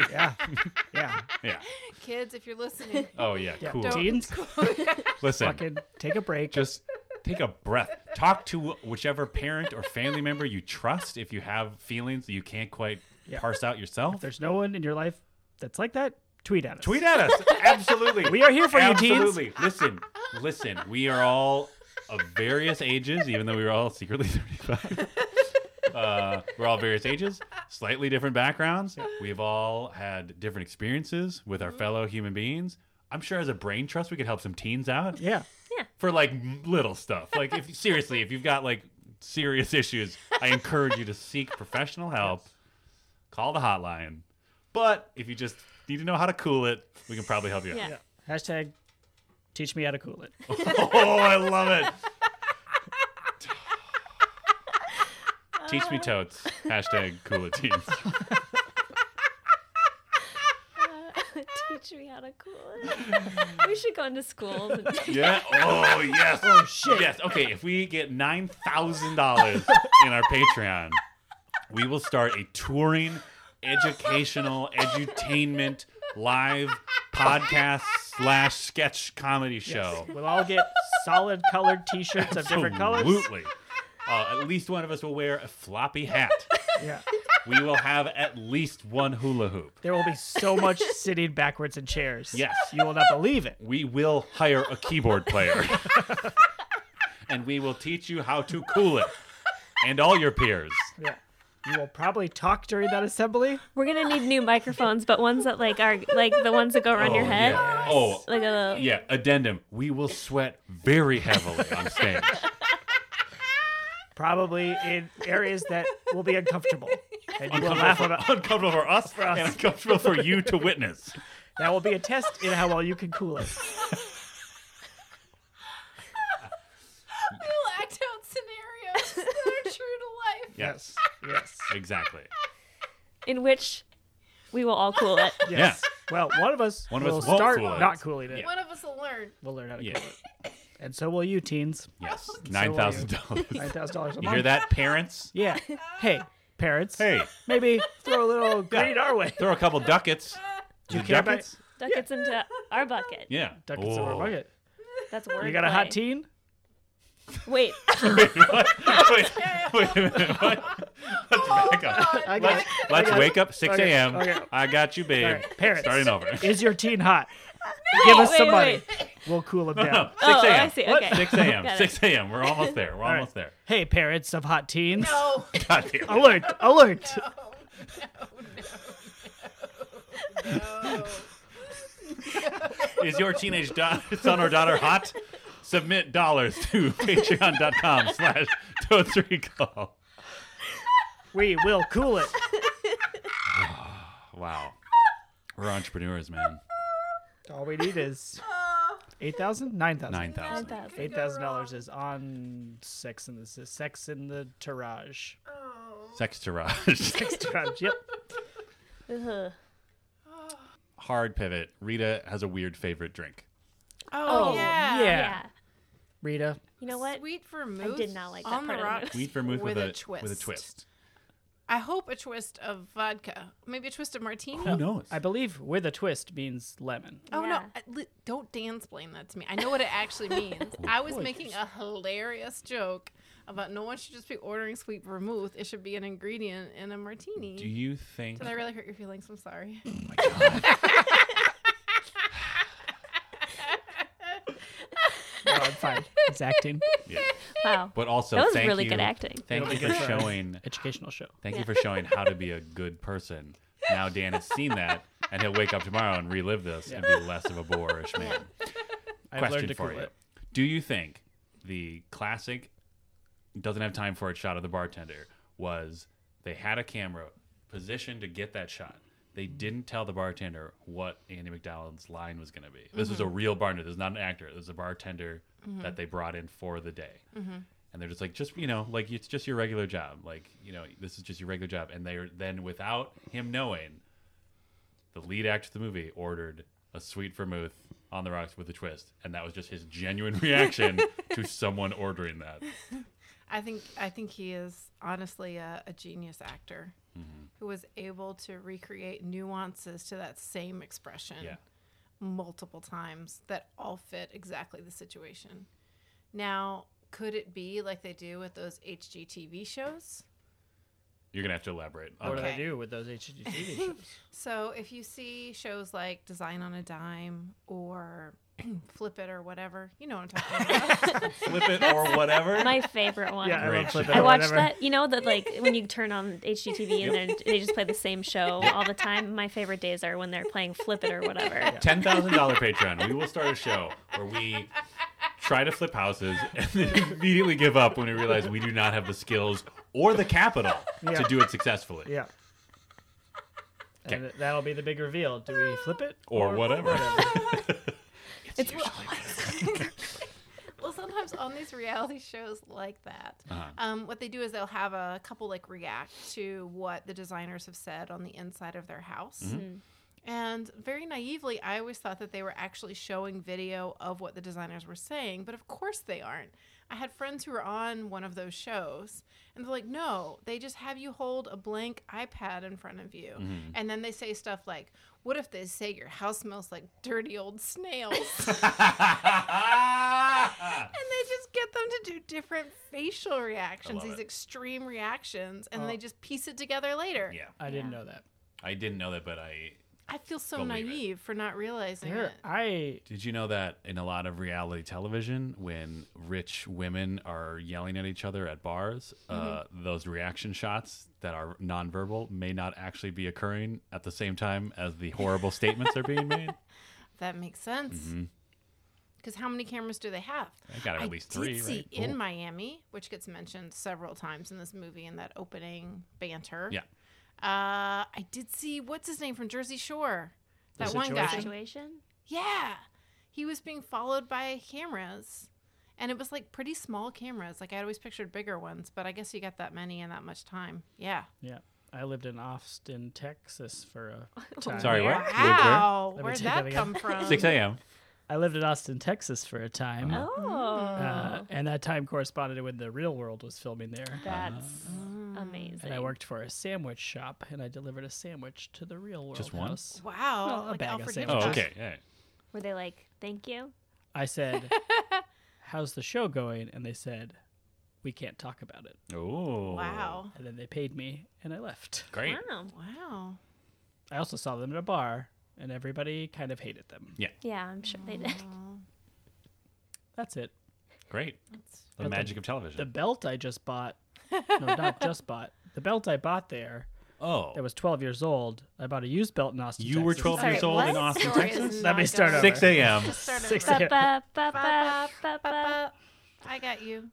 yeah. Yeah.
Yeah.
Kids, if you're listening,
Oh yeah.
Yeah.
Cool.
Don't-
Teens,
Listen,
fucking take a break.
just take a breath. Talk to whichever parent or family member you trust if you have feelings that you can't quite
Yeah.
parse out yourself.
there's no one in your life that's like that, tweet at us.
Tweet at us. Absolutely.
We are here for you, teens.
Absolutely. Listen, listen. We are all of various ages, even though we were all secretly 35. Uh, we're all various ages, slightly different backgrounds. We've all had different experiences with our fellow human beings. I'm sure as a brain trust, we could help some teens out
Yeah.
for like m- little stuff. Like, if seriously, if you've got like serious issues, I encourage you to seek professional help. Call the hotline. But if you just need to know how to cool it, we can probably help you. out.
Yeah.
Hashtag teach me how to cool it.
Oh, I love it. Teach me totes. Hashtag cool it teens.
Teach me how to cool it. we should go into schools. And
Yeah. Oh yes. Oh shit. Yes. Okay. If we get nine thousand dollars in our Patreon, we will start a touring, educational, edutainment, live podcast slash sketch comedy show.
We'll all get solid colored t shirts of different colors.
Absolutely. Uh, at least one of us will wear a floppy hat.
Yeah.
We will have at least one hula hoop.
There will be so much sitting backwards in chairs.
Yes.
You will not believe it.
we will hire a keyboard player and we will teach you how to cool it and all your peers.
Yeah. You will probably talk during that assembly.
We're gonna need new microphones, but ones that like are like the ones that go around your head.
Yeah. Oh,
Like uh, a
yeah. Addendum. We will sweat very heavily on stage.
probably in areas that will be uncomfortable, and you will
Uncomfortable
laugh
for-
about.
uncomfortable for us,
us.
and uncomfortable for you to witness.
That will be a test in how well you can cool it.
We will act out scenarios that are true to life.
Yes,
Yes.
exactly.
in which we will all cool it.
Yes. Well, one of us
One of us
will
won't
start
cool it.
not cooling it.
One of us will learn.
We'll learn how to
Yeah.
cool it, and so will you, teens.
Yes, nine thousand dollars.
Nine thousand dollars a
You
month.
hear that, parents?
Yeah. Hey, parents.
Hey,
Maybe throw a little green our way.
throw a couple ducats.
Do you
The
care about-
ducats?
Duckets into our bucket.
Yeah,
Ducats over
Oh.
bucket.
That's word
You got a hot
play.
teen?
wait,
Wait,
wait a minute. What? Let's back up.
I got
Let's,
it.
let's wake up 6
Oh, Okay,
a.m.
okay.
I got you, babe.
All right, parents.
Starting over.
Is your teen hot? Give us
wait,
some money.
wait.
We'll cool him down.
No, 6
Oh,
a.m.
I see.
What?
Okay.
6 a.m.
Got it.
6 a.m. We're almost there. We're
right.
almost there.
Hey, parents of hot teens.
No.
God damn it.
Alert, alert.
No. No. No. No.
Is your teenage da- son or daughter hot? Submit dollars to patreon.com slash totes recall.
We will cool it.
Wow. We're entrepreneurs, man.
All we need is
Oh,
8,000? 9,000.
9,000.
Nine thousand.
Eight.
$8,000 is on Sex in the Sex in the Tirage.
oh.
Sextourage.
Sex Tirage, yep.
Ugh.
Hard pivot. Rita has a weird favorite drink.
Oh,
Oh,
yeah.
yeah.
yeah.
Rita.
You know what?
Sweet vermouth.
I did not like that
on
part
the
of the
rocks
movie.
Wheat vermouth with,
with
a,
a twist.
With a twist.
I hope a twist of vodka, maybe a twist of martini.
Oh.
Who knows?
I believe with a twist means lemon.
Oh no!
Yeah.
I- li- Don't dance blame that to me. I know what it actually
Oh,
means. I was making a hilarious joke about no one should just be ordering sweet vermouth. It should be an ingredient in a martini.
Do you think
Did I really hurt your feelings? I'm sorry.
No, I'm fine. It's acting.
Yeah.
Wow.
But also
That was
thank
really
you,
good acting.
Thank you for showing
Educational show.
thank you for showing how to be a good person. Now Dan has seen that and he'll wake up tomorrow and relive this and be less of a boorish man.
I've learned
Question
to
for
cool
you.
it.
Do you think the classic doesn't have time for a shot of the bartender was they had a camera positioned to get that shot. They didn't tell the bartender what Andy McDowell's line was going to be. This was
Mm-hmm.
a real bartender. This is not an actor. This is a bartender that they brought in for the day.
Mm-hmm.
And they're just like, just, you know, like it's just your regular job. Like, you know, this is just your regular job. And they're then, without him knowing, the lead actor of the movie ordered a sweet vermouth on the rocks with a twist. And that was just his genuine reaction to someone ordering that.
I think I think he is honestly a, a genius actor
Mm-hmm.
who was able to recreate nuances to that same expression
Yeah.
multiple times that all fit exactly the situation. Now, could it be like they do with those HGTV shows?
You're going to have to elaborate. on
What do
that.
they
Okay.
do with those HGTV shows?
So if you see shows like Design on a Dime or Flip It or whatever, you know what I'm talking about.
Flip it or whatever.
My favorite one.
Yeah, I
Great
love Flip
show.
It
I
or
watched
whatever.
that. You know that like when you turn on HGTV and then they just play the same show all the time. My favorite days are when they're playing Flip It or whatever.
ten thousand dollar Patreon. We will start a show where we try to flip houses and then immediately give up when we realize we do not have the skills or the capital to
Yeah.
do it successfully.
Yeah. And th- that'll be the big reveal. Do we flip it?
Or whatever.
It's
well, sometimes on these reality shows like that,
Uh-huh.
um, what they do is they'll have a couple like react to what the designers have said on the inside of their house. And very naively, I always thought that they were actually showing video of what the designers were saying, but of course they aren't. I had friends who were on one of those shows, and they're like, no, they just have you hold a blank iPad in front of you. And then they say stuff like, what if they say your house smells like dirty old snails? And they just get them to do different facial reactions,
love
these
it. Uh,
extreme reactions, and they
Oh.
just piece it together later.
yeah,
I didn't know that.
I didn't know that, but I
I feel so
Believe it.
naive for not realizing
There,
it.
I
did. You know that in a lot of reality television, when rich women are yelling at each other at bars, uh,
Mm-hmm.
those reaction shots that are nonverbal may not actually be occurring at the same time as the horrible statements are being made.
That makes sense. Because how many cameras do they have?
I got Mm-hmm. at least
did
three.
see
right?
in
Ooh.
Miami, which gets mentioned several times in this movie in that opening banter.
Yeah.
Uh, I did see what's his name from Jersey Shore.
The
That one guy.
Situation?
Situation.
Yeah. He was being followed by cameras. And it was like pretty small cameras. Like I always pictured bigger ones, but I guess you got that many in that much time. Yeah.
Yeah. I lived in Austin, Texas for a time.
Sorry, what? You lived where?
Wow.
Let me
Where'd
take
that
that again.
come from?
6 a.m.
I lived in Austin, Texas for a time.
Uh-huh.
Oh,
Uh, and that time corresponded to when the real world was filming there. Uh-huh.
that's
Mm.
amazing.
And I worked for a sandwich shop and I delivered a sandwich to the real world.
Just one?
house.
Wow.
Well, a
like
bag of
Alfred
sandwiches.
Oh,
Hitchcock.
okay. Yeah.
Were they like, "Thank you"?
I said, How's the show going? And they said, We can't talk about it.
Oh.
Wow.
And then they paid me and I left.
Great.
Wow.
Wow.
I also saw them at a bar and everybody kind of hated them.
Yeah, I'm sure they did.
Well,
That's it.
Great.
that's-
The
But the-
magic of
The
television.
belt I just bought, no, not just bought, the belt I bought there
oh.
that was 12 years old, I bought a used belt in Austin.
You were
Texas.
12
Sorry,
years old in
what?
Austin,
Story is
Texas?
not
Let me start
done.
over.
6 a.m.
Just started.
Six
Ba, ba, ba,
Ba,
ba,
ba,
ba,
ba,
ba.
ba. I got you.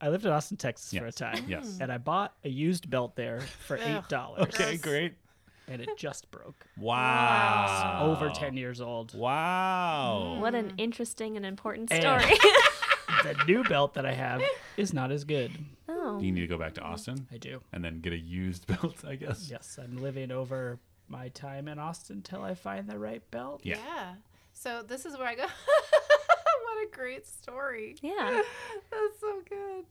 I lived in Austin, Texas for a
Yes.
time.
Yes.
And I bought a used belt there for
Ugh.
$8
Okay,
Gross.
great.
and it just broke.
Wow.
Over 10 years old.
Wow.
What an interesting and important
And-
story.
the new belt that I have is not as good.
Mm.
oh,
You need to go back to Austin
I do.
and then get a used belt, I guess.
Yes, I'm living over my time in Austin till I find the right belt.
Yeah.
Yeah. So this is where I go. what a great story.
yeah.
That's so good.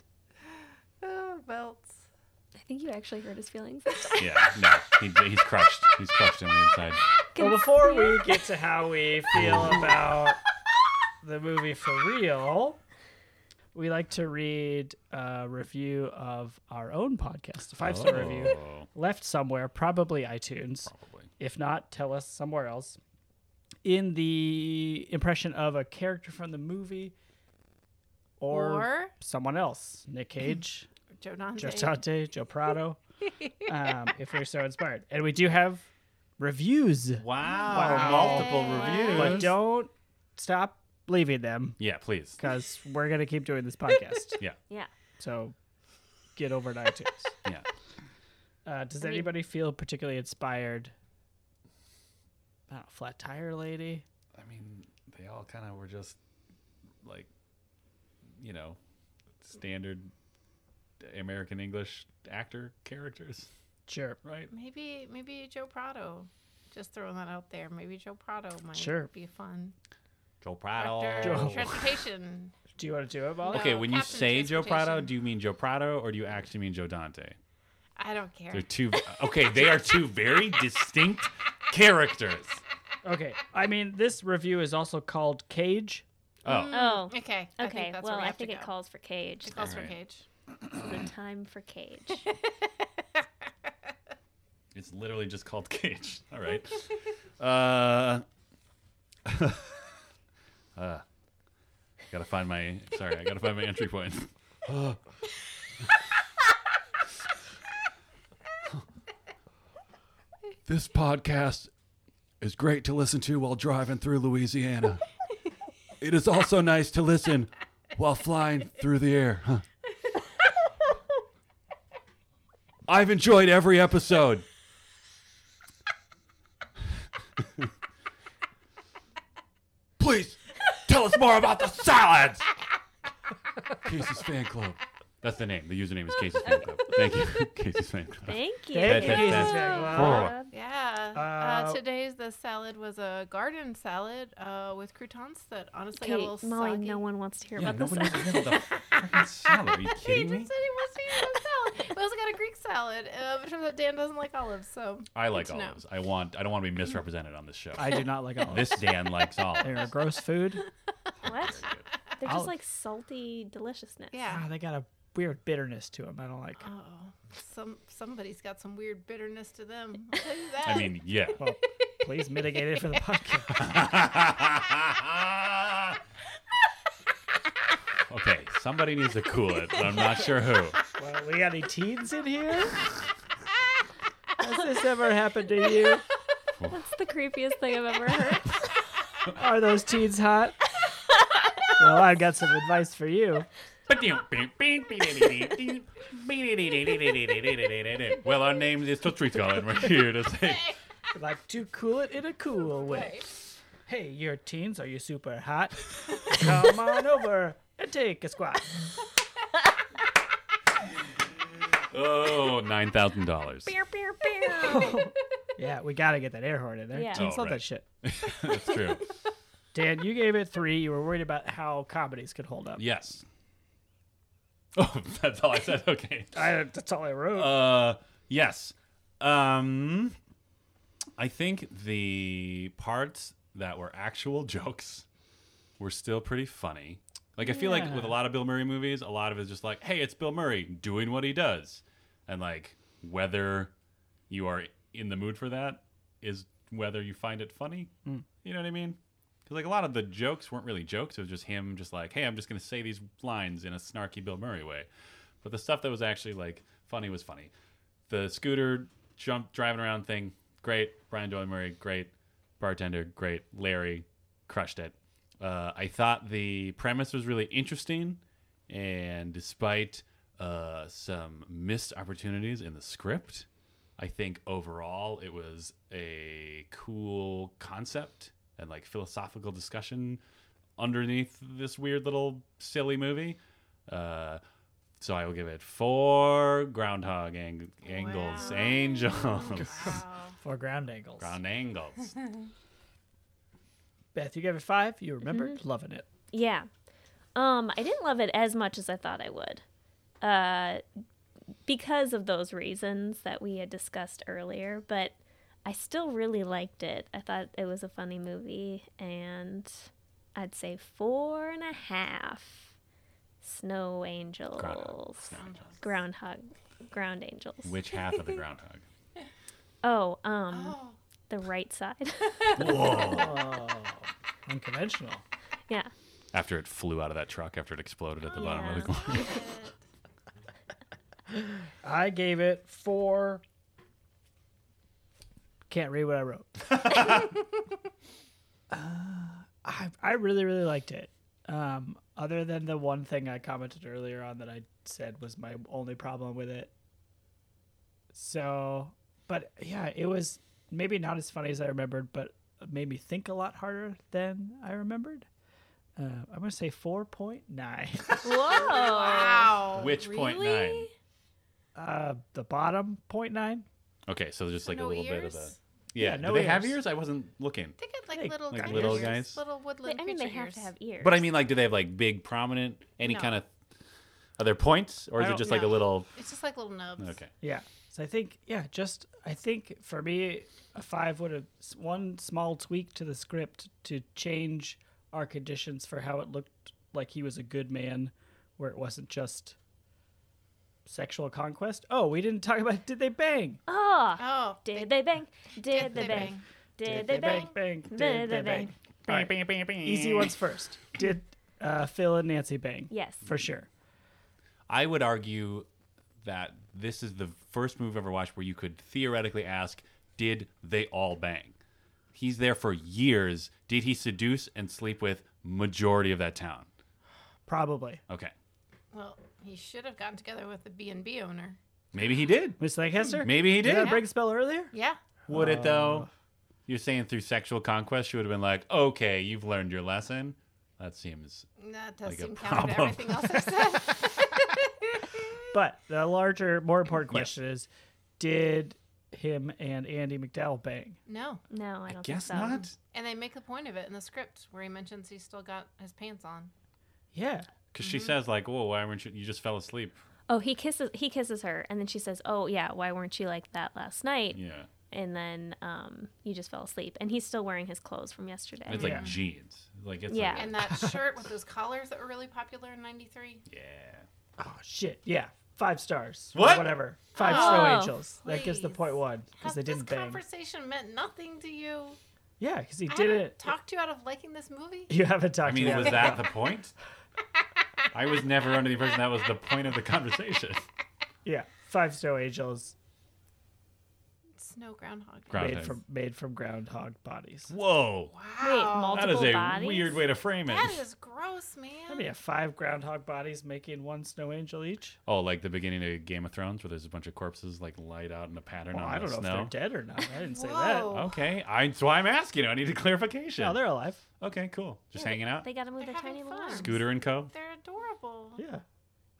Oh, belts.
I think you actually hurt his feelings.
Yeah. No, he, he's crushed. He's crushed on the inside.
Well, before we get to how we feel about the movie for real, we like to read a review of our own podcast, a five star review
Oh,
left somewhere, probably iTunes.
Probably.
If not, tell us somewhere else. In the impression of a character from the movie
Or,
or, someone else, Nick Cage.
Joe Dante.
Joe Dante, Joe Prado, um, if we're so inspired. And we do have reviews,
Wow. Multiple reviews.
but don't stop leaving them
Yeah, please.
because we're going to keep doing this podcast.
Yeah.
yeah.
So get over to iTunes.
Yeah.
Uh, does
I mean-
anybody feel particularly inspired? I don't know, flat tire lady.
I mean, they all kind of were just like, you know, standard American English actor characters,
Sure.
right?
Maybe maybe Joe Prado. Just throwing that out there. Maybe Joe Prado might
Sure.
be fun.
Joe
Director
Joe.
of Transportation.
Do you want to do it, Molly?
Okay,
No,
when you
Captain
say Joe Prado,
Transportation.
do you mean Joe Prado or do you actually mean Joe Dante?
I don't care.
They're two. Okay, they are two very distinct characters.
Okay. I mean, this review is also called Cage.
Oh,
Oh.
Okay. Mm. I think
Okay.
that's where
well,
we
I
have to
think it
go.
calls for Cage.
It calls for
Alright.
Cage.
the time for Cage.
it's literally just called Cage. All right. Uh, uh, gotta find my. Sorry, I gotta find my entry point. this podcast is great to listen to while driving through Louisiana. It is also nice to listen while flying through the air. huh? I've enjoyed every episode. Please tell us more about the salads. Casey's Fan Club. That's the name. The username is Casey's Fan Club. Thank you, Casey's Fan Club.
Thank you.
Thank
you, Jesus.
Bob.
Yeah. Uh,
Uh,
today's the salad was a garden salad uh, with croutons that honestly got a
Okay,
little
Molly,
soggy.
no one wants to hear
Yeah,
about
nobody
this.
wants to hear about the freaking salad. Are you
He just said
kidding me?
he wants to eat a salad. We also got a Greek salad, uh, but it turns out Dan doesn't like olives, so
I like
Good to know.
olives. I want. I don't want to be misrepresented on this show.
I do not like all
this Dan likes
They're
olives.
a gross food.
What? They're
Olive.
just like salty deliciousness.
yeah.
Ah, they got a weird bitterness to them. I don't like.
Oh, some somebody's got some weird bitterness to them. I'll tell you that.
I mean, yeah.
Well, please mitigate it for the podcast.
okay, somebody needs to cool it, but I'm not sure who.
Well, we got any teens in here? Has this ever happened to you?
That's the creepiest thing I've ever heard.
Are those teens hot? Well, I've got some advice for you.
well, our name is Totrico, and we're here to say
Like to cool it in a cool way. Hey, your teens, are you super hot? Come on over and take a squat.
Oh, nine thousand dollars.
Beer, beer, beer.
Yeah, we gotta get that air horn in there.
Yeah.
Teens
Oh,
love
right.
that shit.
That's true.
Dan, you gave it three. You were worried about how comedies could hold up.
Yes. Oh, that's all I said. Okay.
I, that's all I wrote.
Uh, yes. Um, I think the parts that were actual jokes were still pretty funny. Like I feel like
Yeah.
with a lot of Bill Murray movies, a lot of it is just like, hey, it's Bill Murray doing what he does, and like whether you are in the mood for that is whether you find it funny. You know what I mean? Because like a lot of the jokes weren't really jokes. It was just him, just like, hey, I'm just gonna say these lines in a snarky Bill Murray way. But the stuff that was actually like funny was funny. The scooter jump driving around thing, great. Brian Doyle Murray, great. Bartender, great. Larry, crushed it. Uh, I thought the premise was really interesting, and despite uh, some missed opportunities in the script, I think overall it was a cool concept and like philosophical discussion underneath this weird little silly movie. Uh, so I will give it four groundhog ang- angles,
Wow.
angels,
For ground angles.
ground angles.
Beth, you gave it five. You remembered loving it.
yeah. Um, I didn't love it as much as I thought I would. Uh, because of those reasons that we had discussed earlier, but I still really liked it. I thought it was a funny movie, and I'd say four and a half snow angels. Groundhog. Ground angels.
Which half of the groundhog?
Oh, um,
Oh.
the right side.
Whoa!
Oh, unconventional.
yeah.
After it flew out of that truck, after it exploded at the bottom of the
Yeah.
ground.
I gave it four. Can't read what I wrote. uh, I, I really, really liked it. Um, other than the one thing I commented earlier on that I said was my only problem with it. So, but yeah, it was maybe not as funny as I remembered, but it made me think a lot harder than I remembered. Uh, I'm going to say 4.9.
Whoa.
Wow.
Which point nine?
Really?
uh, the bottom 0.9.
Okay, so there's just like a
No
little bit of a
ears?
yeah.
Yeah,
Do
no
they have
ears.
ears? I wasn't looking.
They got like
Like-
little
like
guys.
little
ears,
guys?
little woodland
Wait, I mean, they
creature
have
ears.
to have ears.
But I mean, like, do they have like big, prominent, any
No.
kind of? Are there points, or is
I
it
don't-
just like a
no.
little?
It's just like little nubs.
Okay.
Yeah. So I think, yeah, just, I think for me, a five would have s- one small tweak to the script to change our conditions for how it looked like he was a good man, where it wasn't just sexual conquest. Oh, we didn't talk about did they bang?
Oh.
Oh,
Did they bang? Did they bang? Did they bang?
Bang,
Did they bang?
All right, Easy ones first. Did uh, Phil and Nancy bang?
Yes.
For sure.
I would argue that this is the first movie I've ever watched where you could theoretically ask, did they all bang? He's there for years. Did he seduce and sleep with majority of that town?
Probably.
Okay.
Well, he should have gotten together with the B and B owner.
Maybe he did.
Miss Lancaster?
Hmm. Maybe he
Did I
did.
break the spell earlier?
Yeah.
Would it though? You're saying through sexual conquest, she would have been like, okay, you've learned your lesson. That seems
That does
Like a
seem counter to
problem.
everything else I said.
But the larger, more important question is, did him and Andy McDowell bang?
no.
No, I
I
don't
guess
think so.
not.
And they make a point of it in the script where he mentions he's still got his pants on.
Yeah.
Because she says like, "Whoa, why weren't you? You just fell asleep."
Oh, he kisses he kisses her and then she says, "Oh, yeah, why weren't you like that last night?"
Yeah,
And then um you just fell asleep and he's still wearing his clothes from yesterday.
it's like
Yeah.
jeans. Like it's
Yeah.
like,
And that shirt with those collars that were really popular in 93.
yeah.
Oh shit. Yeah. Five stars.
What?
Whatever. Five
Oh,
snow angels. That gives the
please.
point one
How
because they didn't
this
bang.
conversation meant nothing to you.
Yeah, because he
I
did
haven't
it.
talked you out of liking this movie.
you haven't talked.
I mean,
to
was that the point? I was never under the impression that was the point of the conversation.
Yeah. Five snow angels
Snow groundhog.
Ground-
made
Groundhog.
from made from groundhog bodies.
Whoa,
wow.
Wait, multiple
that is a
bodies?
weird way to frame it.
That is gross. gross, man.
That'd be a five groundhog bodies making one snow angel each.
Oh, like the beginning of Game of Thrones where there's a bunch of corpses like light out in a pattern
Well,
on
Oh, I
the
don't know
snow.
if they're dead or not. I didn't say
Whoa.
that.
Okay, I, that's why I'm asking. I need a clarification.
No, they're alive.
okay, cool. Just hanging out.
They gotta move
They're
their
having
tiny little
fun.
arms.
Scooter and Co.
They're adorable.
Yeah.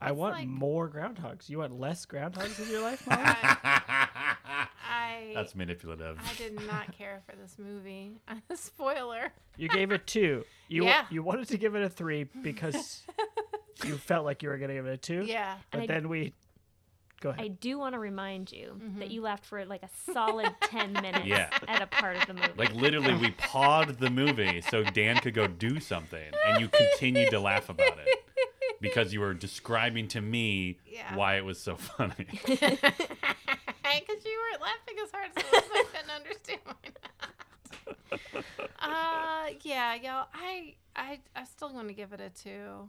I want
like-
more groundhogs. You want less groundhogs in your life, Molly?
I, I,
That's manipulative.
I did not care for this movie. Spoiler.
You gave it two. You
Yeah.
you wanted to give it a three because you felt like you were gonna give it a two.
Yeah.
But
And I-
then we go ahead.
I do want to remind you that you laughed for like a solid 10 minutes
Yeah.
at a part of the movie.
Like literally, we paused the movie so Dan could go do something, and you continued to laugh about it because you were describing to me
Yeah.
why it was so funny.
Because you weren't laughing as hard as I was, I couldn't understand why not. Uh, yeah, y'all. I, I, I'm still going to give it a two.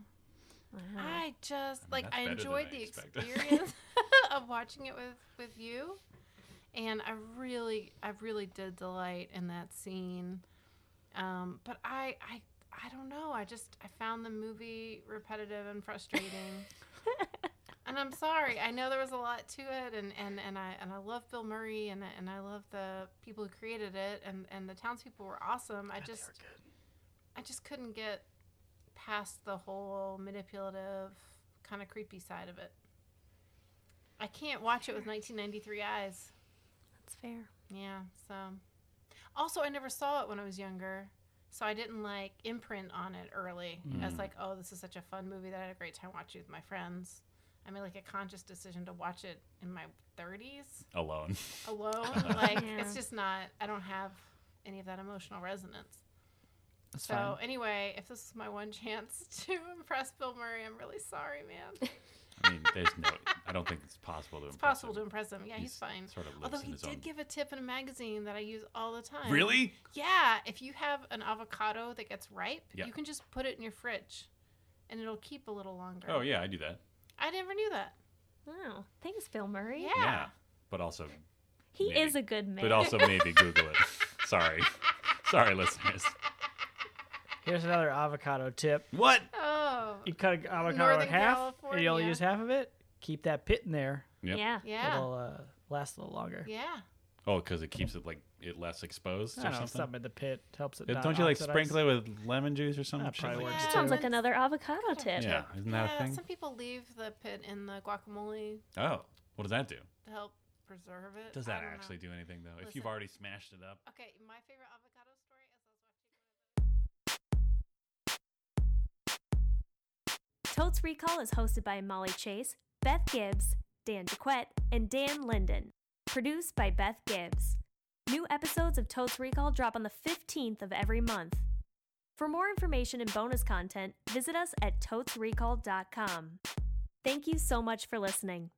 Wow.
I just like
Uh-huh. that's
I
better than
enjoyed
I
the
expected.
experience of watching it with with you, and I really, I really did delight in that scene. Um, but I, I, I don't know. I just I found the movie repetitive and frustrating. And I'm sorry. I know there was a lot to it, and, and, and I and I love Bill Murray, and I- and I love the people who created it, and, and the townspeople were awesome. I just I just couldn't get past the whole manipulative, kind of creepy side of it. I can't watch it with 1993 eyes.
That's fair.
Yeah, so. Also, I never saw it when I was younger, so I didn't like imprint on it early. I was like, oh, this is such a fun movie that I had a great time watching with my friends. I made like a conscious decision to watch it in my 30s
Alone.
alone. like,
Yeah.
it's just not, I don't have any of that emotional resonance.
That's
So
fine.
anyway, if this is my one chance to impress Bill Murray, I'm really sorry, man. It's
I mean, there's no. I don't think it's possible to. It's
possible to impress him. Yeah, he's,
He's
fine.
sort of lives
Although
in
he
his
did
own-
give a tip in a magazine that I use all the time.
Really?
Yeah. If you have an avocado that gets ripe,
Yeah.
you can just put it in your fridge, and it'll keep a little longer.
Oh yeah, I do that.
I never knew that.
Wow. Thanks, Bill Murray.
Yeah.
Yeah, but also,
He
Maybe.
is a good man.
but also maybe Google it. Sorry, sorry, listeners.
Here's another avocado tip.
What?
Oh.
You cut an avocado
Northern
in half, and you only
California.
use half of it. Keep that pit in there.
Yep.
Yeah.
Yeah.
It'll uh, last a little longer.
Yeah.
Oh, because it keeps it like it less exposed
I
or
don't know,
something.
something in the pit helps it.
It-
not
don't you like
oxidize.
sprinkle it with lemon juice or something?
That probably
like
works
that.
too.
Sounds like
That's-
another avocado tip.
Yeah, isn't that
yeah.
a thing?
Some people leave the pit in the guacamole
Oh, what does that do?
to help preserve it.
Does
I
that
don't know.
actually do anything though? If you've
Listen.
already smashed it up.
Okay, my favorite avocado story is I was watching.
Totes Recall is hosted by Molly Chase, Beth Gibbs, Dan DeQuette, and Dan Linden. Produced by Beth Gibbs. New episodes of Totes Recall drop on the 15th of every month. For more information and bonus content, visit us at totesrecall.com. Thank you so much for listening.